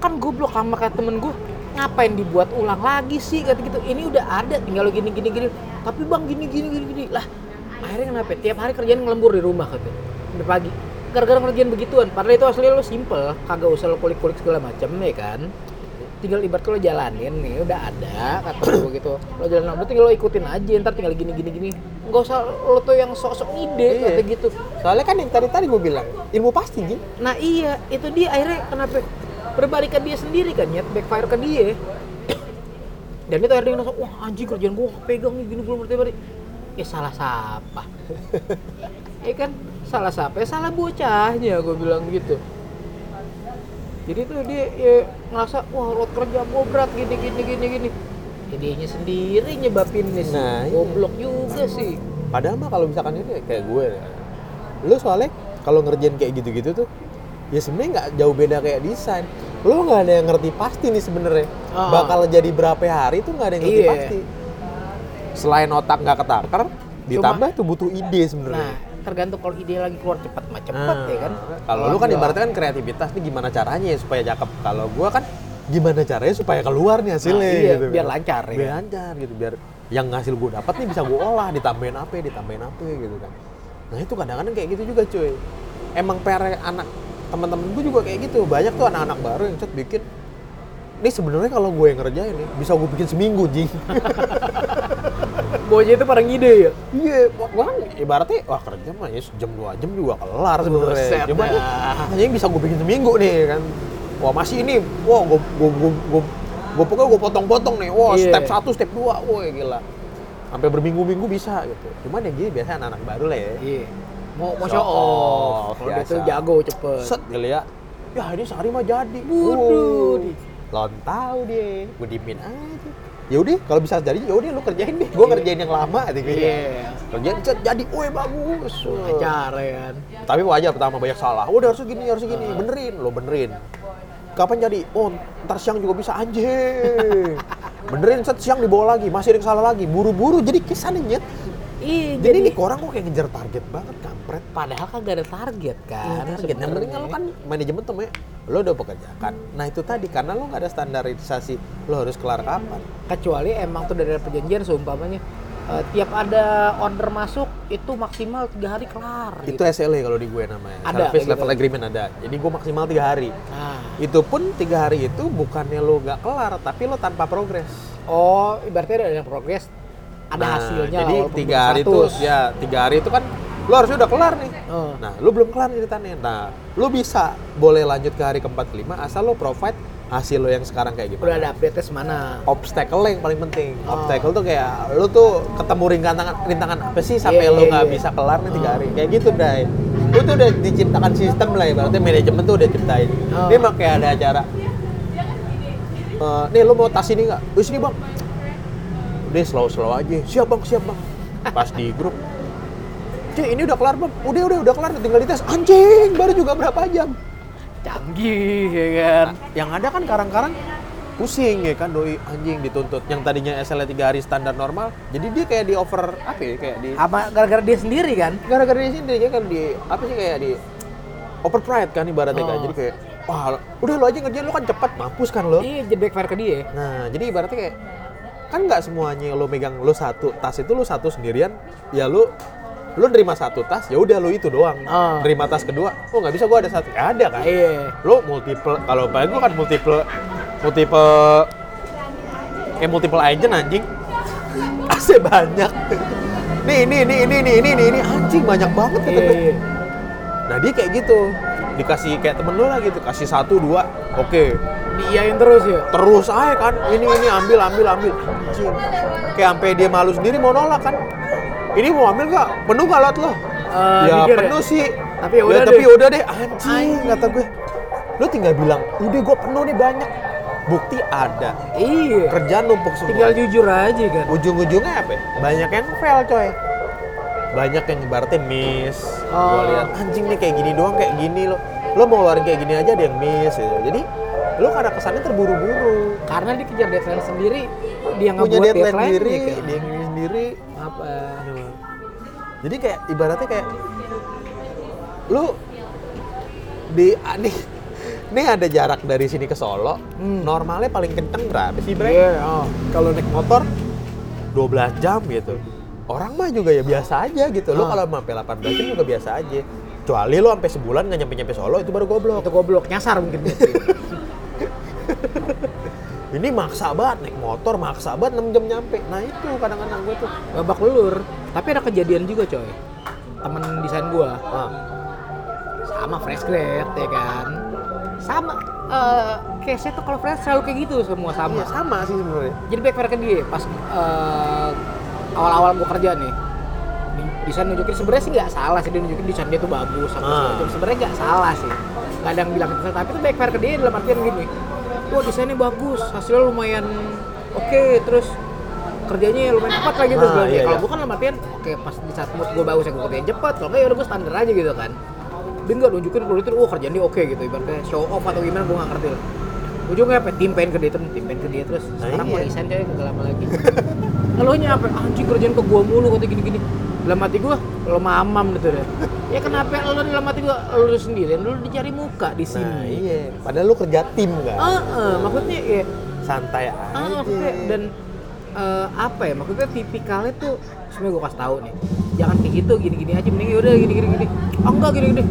[SPEAKER 2] kan goblok sama kayak temen gue ngapain dibuat ulang lagi sih kata gitu ini udah ada tinggal lo gini gini gini tapi bang gini gini gini gini lah akhirnya kenapa tiap hari kerjaan ngelembur di rumah katanya udah pagi gara-gara ngerjain begituan padahal itu asli lo simple kagak usah lo kulik-kulik segala macem ya kan tinggal ibarat lo jalanin nih udah ada kata gue gitu lo jalanin udah tinggal lo ikutin aja ntar tinggal gini gini gini nggak usah lo tuh yang sok-sok ide
[SPEAKER 1] Iya.
[SPEAKER 2] kata gitu
[SPEAKER 1] Soalnya kan yang tadi-tadi gue bilang, ilmu pasti, Jin.
[SPEAKER 2] nah iya itu dia akhirnya kenapa berbalikan dia sendiri kan ya backfire ke dia dan itu akhirnya ngerasa wah anjing kerjaan gua pegang nih gini belum berarti ya salah siapa ya kan salah siapa ya salah bocahnya gue bilang gitu jadi tuh dia ya, ngerasa wah load kerja gua berat gini gini gini gini ya dianya sendiri nyebabin nih sih
[SPEAKER 1] Nah, iya.
[SPEAKER 2] goblok juga sih
[SPEAKER 1] Padahal mah kalau misalkan ini kayak gue, ya. lu soalnya kalau ngerjain kayak gitu-gitu tuh, ya sebenarnya nggak jauh beda kayak desain. Lu nggak ada yang ngerti pasti nih sebenarnya.
[SPEAKER 2] Ah.
[SPEAKER 1] Bakal jadi berapa hari tuh nggak ada yang ngerti
[SPEAKER 2] Iya.
[SPEAKER 1] pasti. Selain otak nggak ketakar, ditambah tuh butuh ide sebenarnya.
[SPEAKER 2] nah tergantung kalau ide lagi keluar cepat mah cepat ya kan
[SPEAKER 1] Ah. Kalau lu kan
[SPEAKER 2] Alhamdulillah.
[SPEAKER 1] ibaratnya kan kreativitas nih gimana caranya supaya cakep. Kalau gua kan gimana caranya supaya keluar nih hasilnya
[SPEAKER 2] Nah, iya,
[SPEAKER 1] gitu.
[SPEAKER 2] biar lancar ya.
[SPEAKER 1] Biar lancar gitu biar yang hasil gua dapat nih bisa gua olah ditambahin apa ditambahin apa gitu kan. Nah itu kadang-kadang kayak gitu juga cuy. Emang PR anak teman-teman gua juga kayak gitu. Banyak tuh anak-anak baru yang cat bikin ini sebenarnya kalau gue yang ngerjain nih bisa gue bikin seminggu jing.
[SPEAKER 2] Bocah itu parang ide ya?
[SPEAKER 1] Iya, gua kan ibaratnya wah kerja mah ya jam dua jam juga kelar sebenarnya.
[SPEAKER 2] Buset
[SPEAKER 1] Cuma
[SPEAKER 2] dah.
[SPEAKER 1] nih, hanya yang bisa gue bikin seminggu nih kan. Wah masih ini, wah gue gue gue gue gue pokoknya gue potong-potong nih. Wah
[SPEAKER 2] Iya.
[SPEAKER 1] step satu, step dua, wah gila. Sampai berminggu-minggu bisa gitu. Cuman ya gini biasanya anak-anak baru lah ya.
[SPEAKER 2] Iya. Mau mau
[SPEAKER 1] Show
[SPEAKER 2] show off.
[SPEAKER 1] off,
[SPEAKER 2] Kalau dia
[SPEAKER 1] biasa.
[SPEAKER 2] tuh jago cepet.
[SPEAKER 1] Set gila ya. Ya ini sehari mah jadi.
[SPEAKER 2] Waduh.
[SPEAKER 1] Wuh. Lon tahu
[SPEAKER 2] Iya.
[SPEAKER 1] dia, gue dimin aja. Ya udah, kalau bisa jadi ya udah lu kerjain deh. Gue
[SPEAKER 2] Iya.
[SPEAKER 1] kerjain yang lama gitu
[SPEAKER 2] Iya.
[SPEAKER 1] Kerjain cet, jadi, woi bagus.
[SPEAKER 2] Ajar ya kan.
[SPEAKER 1] Tapi wajar pertama banyak salah. Udah harus gini, harus gini. Benerin, lo benerin. Kapan jadi? Oh, ntar siang juga bisa anjing. benerin set siang dibawa lagi, masih ada yang salah lagi. Buru-buru jadi kisan nyet.
[SPEAKER 2] Iya,
[SPEAKER 1] Jadi,
[SPEAKER 2] jadi,
[SPEAKER 1] nih orang kok kayak ngejar target banget kampret.
[SPEAKER 2] padahal kagak ada target kan.
[SPEAKER 1] Karena target.
[SPEAKER 2] sebenarnya.
[SPEAKER 1] Yang penting kan lo kan manajemen tuh Mek. lo udah pekerjakan. Nah itu tadi karena lo nggak ada standarisasi lo harus kelar kapan.
[SPEAKER 2] kecuali emang tuh dari perjanjian seumpamanya eh, tiap ada order masuk itu maksimal tiga hari kelar.
[SPEAKER 1] Itu SLA kalau di gue namanya.
[SPEAKER 2] Iya. Ada,
[SPEAKER 1] Service
[SPEAKER 2] kayak
[SPEAKER 1] level
[SPEAKER 2] gitu.
[SPEAKER 1] agreement ada. Jadi gue maksimal tiga hari.
[SPEAKER 2] Nah,
[SPEAKER 1] Itu pun tiga hari itu bukannya lo nggak kelar, tapi lo tanpa progres.
[SPEAKER 2] oh ibaratnya ada yang progres, ada
[SPEAKER 1] Nah,
[SPEAKER 2] hasilnya.
[SPEAKER 1] Jadi
[SPEAKER 2] walaupun
[SPEAKER 1] tiga
[SPEAKER 2] belum
[SPEAKER 1] hari itu,
[SPEAKER 2] 100.
[SPEAKER 1] ya tiga hari itu kan lo harusnya udah kelar nih.
[SPEAKER 2] Eh,
[SPEAKER 1] Nah, lo belum kelar ceritanya. Nah, lo bisa boleh lanjut ke hari keempat kelima asal lo provide hasil lo yang sekarang kayak gimana.
[SPEAKER 2] udah ada update nya semana.
[SPEAKER 1] obstacle yang paling penting.
[SPEAKER 2] Oh.
[SPEAKER 1] Obstacle tuh kayak lu tuh ketemu rintangan rintangan apa sih sampai
[SPEAKER 2] Iya,
[SPEAKER 1] lu
[SPEAKER 2] iya,
[SPEAKER 1] nggak
[SPEAKER 2] iya.
[SPEAKER 1] bisa kelar nih tiga hari. Kayak gitu, Dai. Itu tuh udah diciptakan sistem lah ibaratnya manajemen tuh udah ciptain.
[SPEAKER 2] Oh.
[SPEAKER 1] Ini mah kayak ada acara. Eh, nih lu mau tas ini nggak? Wis ini, Bang. Udah slow-slow aja. Siap, Bang, siap, Bang. Pas di grup. Cuy, ini udah kelar, Bang. Udah, udah, udah kelar. Tinggal dites. Anjing, baru juga berapa jam?
[SPEAKER 2] Canggih ya kan.
[SPEAKER 1] yang ada kan karang-karang pusing ya kan doi anjing dituntut yang tadinya SL tiga hari standar normal jadi dia kayak di over apa ya kayak di
[SPEAKER 2] Apa gara-gara dia sendiri kan?
[SPEAKER 1] gara-gara di sini dia kan di apa sih kayak di overpride kan ibaratnya kan
[SPEAKER 2] Oh.
[SPEAKER 1] jadi kayak wah udah lo aja ngerjain lo kan cepet mampus kan lo
[SPEAKER 2] Iya, jadi backfire ke dia.
[SPEAKER 1] nah jadi ibaratnya kayak kan nggak semuanya lo megang lo satu tas itu lo satu sendirian ya lo lo nerima satu tas ya udah lo itu doang
[SPEAKER 2] Oh.
[SPEAKER 1] nerima tas kedua oh nggak bisa gua ada satu ya ada kan
[SPEAKER 2] Iya.
[SPEAKER 1] lo multiple kalau bagi gue kan multiple multiple kayak multiple agent anjing AC banyak nih ini ini ini ini ini ini, ini. anjing banyak banget kata gue.
[SPEAKER 2] Iya.
[SPEAKER 1] nah dia kayak gitu dikasih kayak temen lo lah gitu kasih satu dua oke
[SPEAKER 2] Diiyain terus ya.
[SPEAKER 1] terus aja kan ini ini ambil ambil ambil anjing kayak sampai dia malu sendiri mau nolak kan ini mau ambil nggak penuh nggak lot lo
[SPEAKER 2] Eh,
[SPEAKER 1] ya
[SPEAKER 2] mikir ya?
[SPEAKER 1] penuh sih
[SPEAKER 2] Tapi ya udah
[SPEAKER 1] tapi
[SPEAKER 2] deh.
[SPEAKER 1] udah deh anjing kata gue lo tinggal bilang udah gue penuh nih banyak bukti ada
[SPEAKER 2] Iya.
[SPEAKER 1] kerjaan numpuk
[SPEAKER 2] Tinggal
[SPEAKER 1] semua
[SPEAKER 2] jujur aja kan.
[SPEAKER 1] ujung-ujungnya apa ya? banyak yang fail coy banyak yang ibaratnya miss
[SPEAKER 2] Oh.
[SPEAKER 1] Gua lihat anjing nih kayak gini doang kayak gini lo lo mau ngeluarin kayak gini aja ada yang miss gitu. jadi lo karena kesannya terburu-buru
[SPEAKER 2] Karena dikejar deadline sendiri, dia nggak
[SPEAKER 1] punya
[SPEAKER 2] buat
[SPEAKER 1] deadline
[SPEAKER 2] deadline
[SPEAKER 1] sendiri,
[SPEAKER 2] ya kan?
[SPEAKER 1] dia ngisi sendiri.
[SPEAKER 2] Apa?
[SPEAKER 1] Jadi kayak ibaratnya kayak lu di ah, nih nih ada jarak dari sini ke Solo,
[SPEAKER 2] Hmm.
[SPEAKER 1] normalnya paling kenceng berapa sih, Bre?
[SPEAKER 2] Iya, oh.
[SPEAKER 1] Kalau naik motor 12 jam gitu. orang mah juga ya biasa aja gitu. Lo
[SPEAKER 2] Ah.
[SPEAKER 1] kalau sampai 18 jam juga biasa aja. Kecuali lo sampai sebulan nggak nyampe-nyampe Solo itu baru goblok.
[SPEAKER 2] Itu goblok nyasar mungkin Putri.
[SPEAKER 1] Ini maksa banget naik motor, maksa banget 6 jam nyampe. Nah itu kadang-kadang gue tuh.
[SPEAKER 2] babak belur. Tapi ada kejadian juga coy. Temen desain gua
[SPEAKER 1] Ah,
[SPEAKER 2] sama fresh grade ya kan. Sama eh case-nya tuh kalau fresh selalu kayak gitu semua sama.
[SPEAKER 1] iya, sama sih sebenarnya.
[SPEAKER 2] Jadi backfire ke dia pas eh, awal-awal gua kerja nih. Di- Desain nunjukin sebenarnya sih nggak salah sih dia nunjukin desain dia tuh bagus apa
[SPEAKER 1] Ah.
[SPEAKER 2] segala macam. Sebenarnya nggak salah sih. Gak ada yang bilang itu salah, tapi itu backfire ke dia dalam artian gini. Wah desainnya bagus, hasilnya lumayan oke terus kerjanya lumayan cepat lah gitu
[SPEAKER 1] Ah,
[SPEAKER 2] Gua-
[SPEAKER 1] iya,
[SPEAKER 2] kalau
[SPEAKER 1] iya.
[SPEAKER 2] gua kan dalam artian oke pas di saat mood gue bagus ya gue kerjain cepat kalau nggak ya udah gue standar aja gitu kan dia nggak nunjukin kalau itu wah kerjaan dia oke gitu ibaratnya show off atau gimana gue nggak ngerti lah ujungnya apa tim pengen ke dia terus tim pengen ke dia terus
[SPEAKER 1] Nah,
[SPEAKER 2] sekarang
[SPEAKER 1] iya.
[SPEAKER 2] mau resign coy kagak lama lagi Ngeluhnya apa anjing kerjaan ke gua mulu kata gini-gini dalam hati gua lo mamam gitu deh ya kenapa lo dalam hati gua lo sendiri lo dicari muka di sini
[SPEAKER 1] Nah iya. Padahal lo kerja tim kan.
[SPEAKER 2] Ah, ah, maksudnya ya
[SPEAKER 1] Santai aja.
[SPEAKER 2] Ah, maksudnya dan eh, apa ya maksudnya tipikalnya tuh sebenarnya gue kasih tahu nih jangan kayak gitu gini-gini aja mending udah gini-gini gini oh enggak gini-gini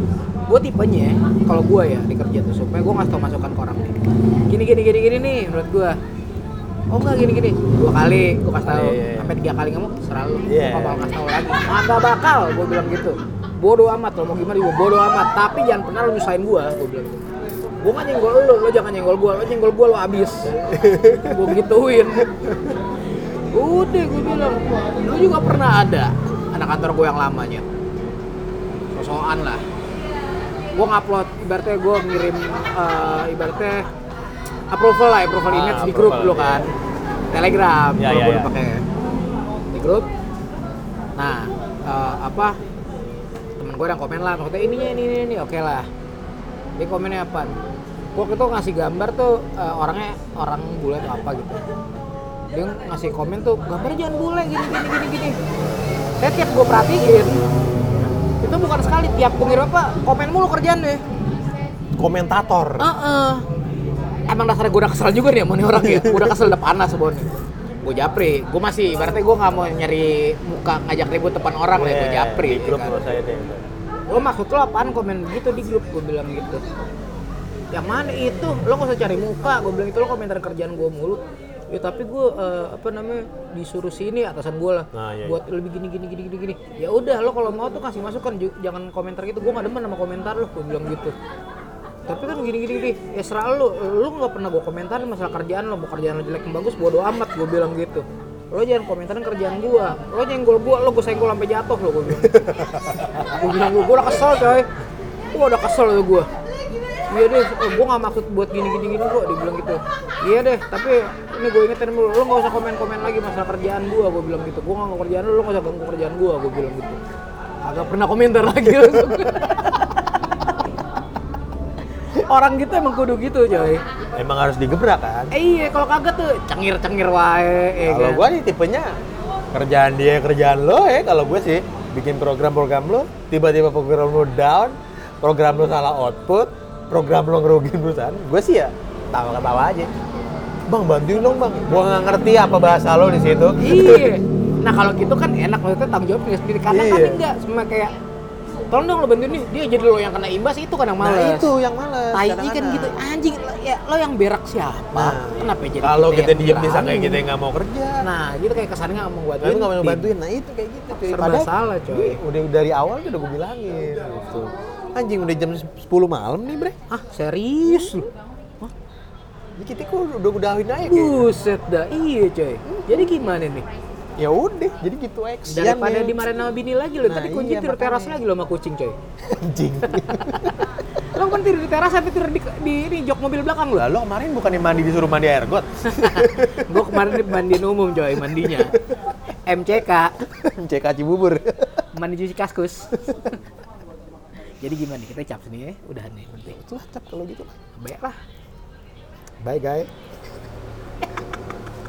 [SPEAKER 2] gue tipenya ya, kalau gue ya di kerja tuh supaya gue ngasih tau masukan ke orang nih gini-gini gini-gini nih menurut gue oh enggak gini-gini dua kali gue kasih tahu
[SPEAKER 1] Iya, iya.
[SPEAKER 2] sampai tiga kali nggak mau serah lu
[SPEAKER 1] Iya.
[SPEAKER 2] Gua bakal ngasih tahu lagi nggak bakal gue bilang gitu bodoh amat lo mau gimana juga bodoh amat tapi jangan pernah lo nyusahin gue gue bilang gitu gue nggak nyenggol lo lo jangan nyenggol gue lo nyenggol gue lo abis gue gituin udah gue bilang lu juga pernah ada anak kantor gue yang lamanya sosokan lah gue ngupload ibaratnya gue ngirim eh, ibaratnya approval lah approval
[SPEAKER 1] Ah,
[SPEAKER 2] image di grup
[SPEAKER 1] approval,
[SPEAKER 2] lo
[SPEAKER 1] iya.
[SPEAKER 2] kan telegram
[SPEAKER 1] Iya,
[SPEAKER 2] kalau
[SPEAKER 1] iya,
[SPEAKER 2] gue
[SPEAKER 1] iya.
[SPEAKER 2] pakai di grup nah eh, apa temen gue ada yang komen lah maksudnya ininya ini ini ini oke lah dia komennya apa gue itu ngasih gambar tuh eh, orangnya orang bule atau apa gitu dia ngasih komen tuh gambar jangan bule gini gini gini gini saya tiap gue perhatiin itu bukan sekali tiap gue ngirim apa komen mulu kerjaan deh
[SPEAKER 1] Komentator.
[SPEAKER 2] Heeh. Emang dasarnya gue udah kesel juga nih sama nih orang ya. Gue udah kesel udah panas bawah nih. Gue japri. Gue masih ibaratnya gue nggak mau nyari muka ngajak ribut depan orang lah. Gue
[SPEAKER 1] Iya,
[SPEAKER 2] Oh, japri.
[SPEAKER 1] Di grup
[SPEAKER 2] ya kan.
[SPEAKER 1] menurut saya deh.
[SPEAKER 2] Lo maksud lo apaan komen begitu di grup? Gue bilang gitu. Yang mana itu? Lo gak usah cari muka. Gue bilang itu lo komentar kerjaan gue mulu. Ya tapi gue eh, apa namanya disuruh sini atasan gue lah
[SPEAKER 1] Nah, iya,
[SPEAKER 2] buat lebih gini gini gini gini gini. Ya udah lo kalau mau tuh kasih masukan ju- jangan komentar gitu. Gue gak demen sama komentar lo. Gue bilang gitu. Tapi kan gini gini gini. Ya serah lo. Lo gak pernah gue komentarin masalah kerjaan lo. Mau kerjaan lo jelek mau bagus bodo amat. Gue bilang gitu. Lo jangan komentarin kerjaan gue. Lo nyenggol gue. Lo gue senggol sampai jatuh lo. Gue bilang gue bilang gue udah kesel coy gue udah kesel tuh gue iya deh gue gak maksud buat gini gini gini kok dibilang gitu iya deh tapi ini gue ingetin dulu lo gak usah komen komen lagi masalah kerjaan gue gue bilang gitu gue gak mau kerjaan lo lo gak usah ganggu kerjaan gue gue bilang gitu agak pernah komentar lagi langsung. orang gitu emang kudu gitu coy
[SPEAKER 1] Emang harus digebrak kan?
[SPEAKER 2] eh iya kalau kagak tuh cengir cengir wae ya
[SPEAKER 1] kalau
[SPEAKER 2] kan?
[SPEAKER 1] gua nih tipenya kerjaan dia kerjaan lo ya kalau gue sih bikin program-program lo tiba-tiba program lo down program lo salah output program lo ngerugiin perusahaan gue sih ya tawa ketawa aja bang bantuin dong bang gua nggak ngerti apa bahasa lo di situ
[SPEAKER 2] Iya. Nah kalau gitu kan enak maksudnya tanggung jawab punya sendiri. Karena
[SPEAKER 1] Iya.
[SPEAKER 2] kan enggak cuma kayak tolong dong lo bantuin nih dia jadi lo yang kena imbas itu kan yang
[SPEAKER 1] nah
[SPEAKER 2] males.
[SPEAKER 1] itu yang males
[SPEAKER 2] Tai
[SPEAKER 1] kadang-kadang.
[SPEAKER 2] kan gitu anjing lo- ya lo yang berak siapa?
[SPEAKER 1] Nah,
[SPEAKER 2] Kenapa jadi
[SPEAKER 1] kalau kita
[SPEAKER 2] yang
[SPEAKER 1] diem di sana
[SPEAKER 2] bilangin?
[SPEAKER 1] kita yang nggak mau kerja
[SPEAKER 2] Nah, gitu kayak kesannya nggak mau bantuin.
[SPEAKER 1] Lalu nggak mau
[SPEAKER 2] tim.
[SPEAKER 1] bantuin, nah itu kayak gitu cuy.
[SPEAKER 2] Serba salah, coy.
[SPEAKER 1] gue Udah dari awal tuh udah gue bilangin gitu. Anjing udah jam 10 malam nih bre
[SPEAKER 2] Ah, serius lo? Hah?
[SPEAKER 1] Ini kita kok udah udahin aja kayaknya.
[SPEAKER 2] Buset dah. Iya, coy. Jadi gimana nih?
[SPEAKER 1] ya udah jadi gitu action
[SPEAKER 2] Daripada
[SPEAKER 1] ya.
[SPEAKER 2] dimarahin sama bini lagi lo,
[SPEAKER 1] Nah,
[SPEAKER 2] tadi kunci
[SPEAKER 1] iya,
[SPEAKER 2] tidur
[SPEAKER 1] makanya.
[SPEAKER 2] teras lagi lo sama kucing, coy.
[SPEAKER 1] anjing
[SPEAKER 2] Lo kan tidur di teras sampai tidur di, di, di jok mobil belakang lo.
[SPEAKER 1] lalu kemarin bukannya mandi disuruh mandi air got
[SPEAKER 2] gue kemarin di mandiin umum coy mandinya MCK
[SPEAKER 1] cek kaci bubur
[SPEAKER 2] mandi cuci kaskus jadi gimana kita cap sini ya udahan nih penting
[SPEAKER 1] itulah cap kalau gitu
[SPEAKER 2] baik lah
[SPEAKER 1] bye guys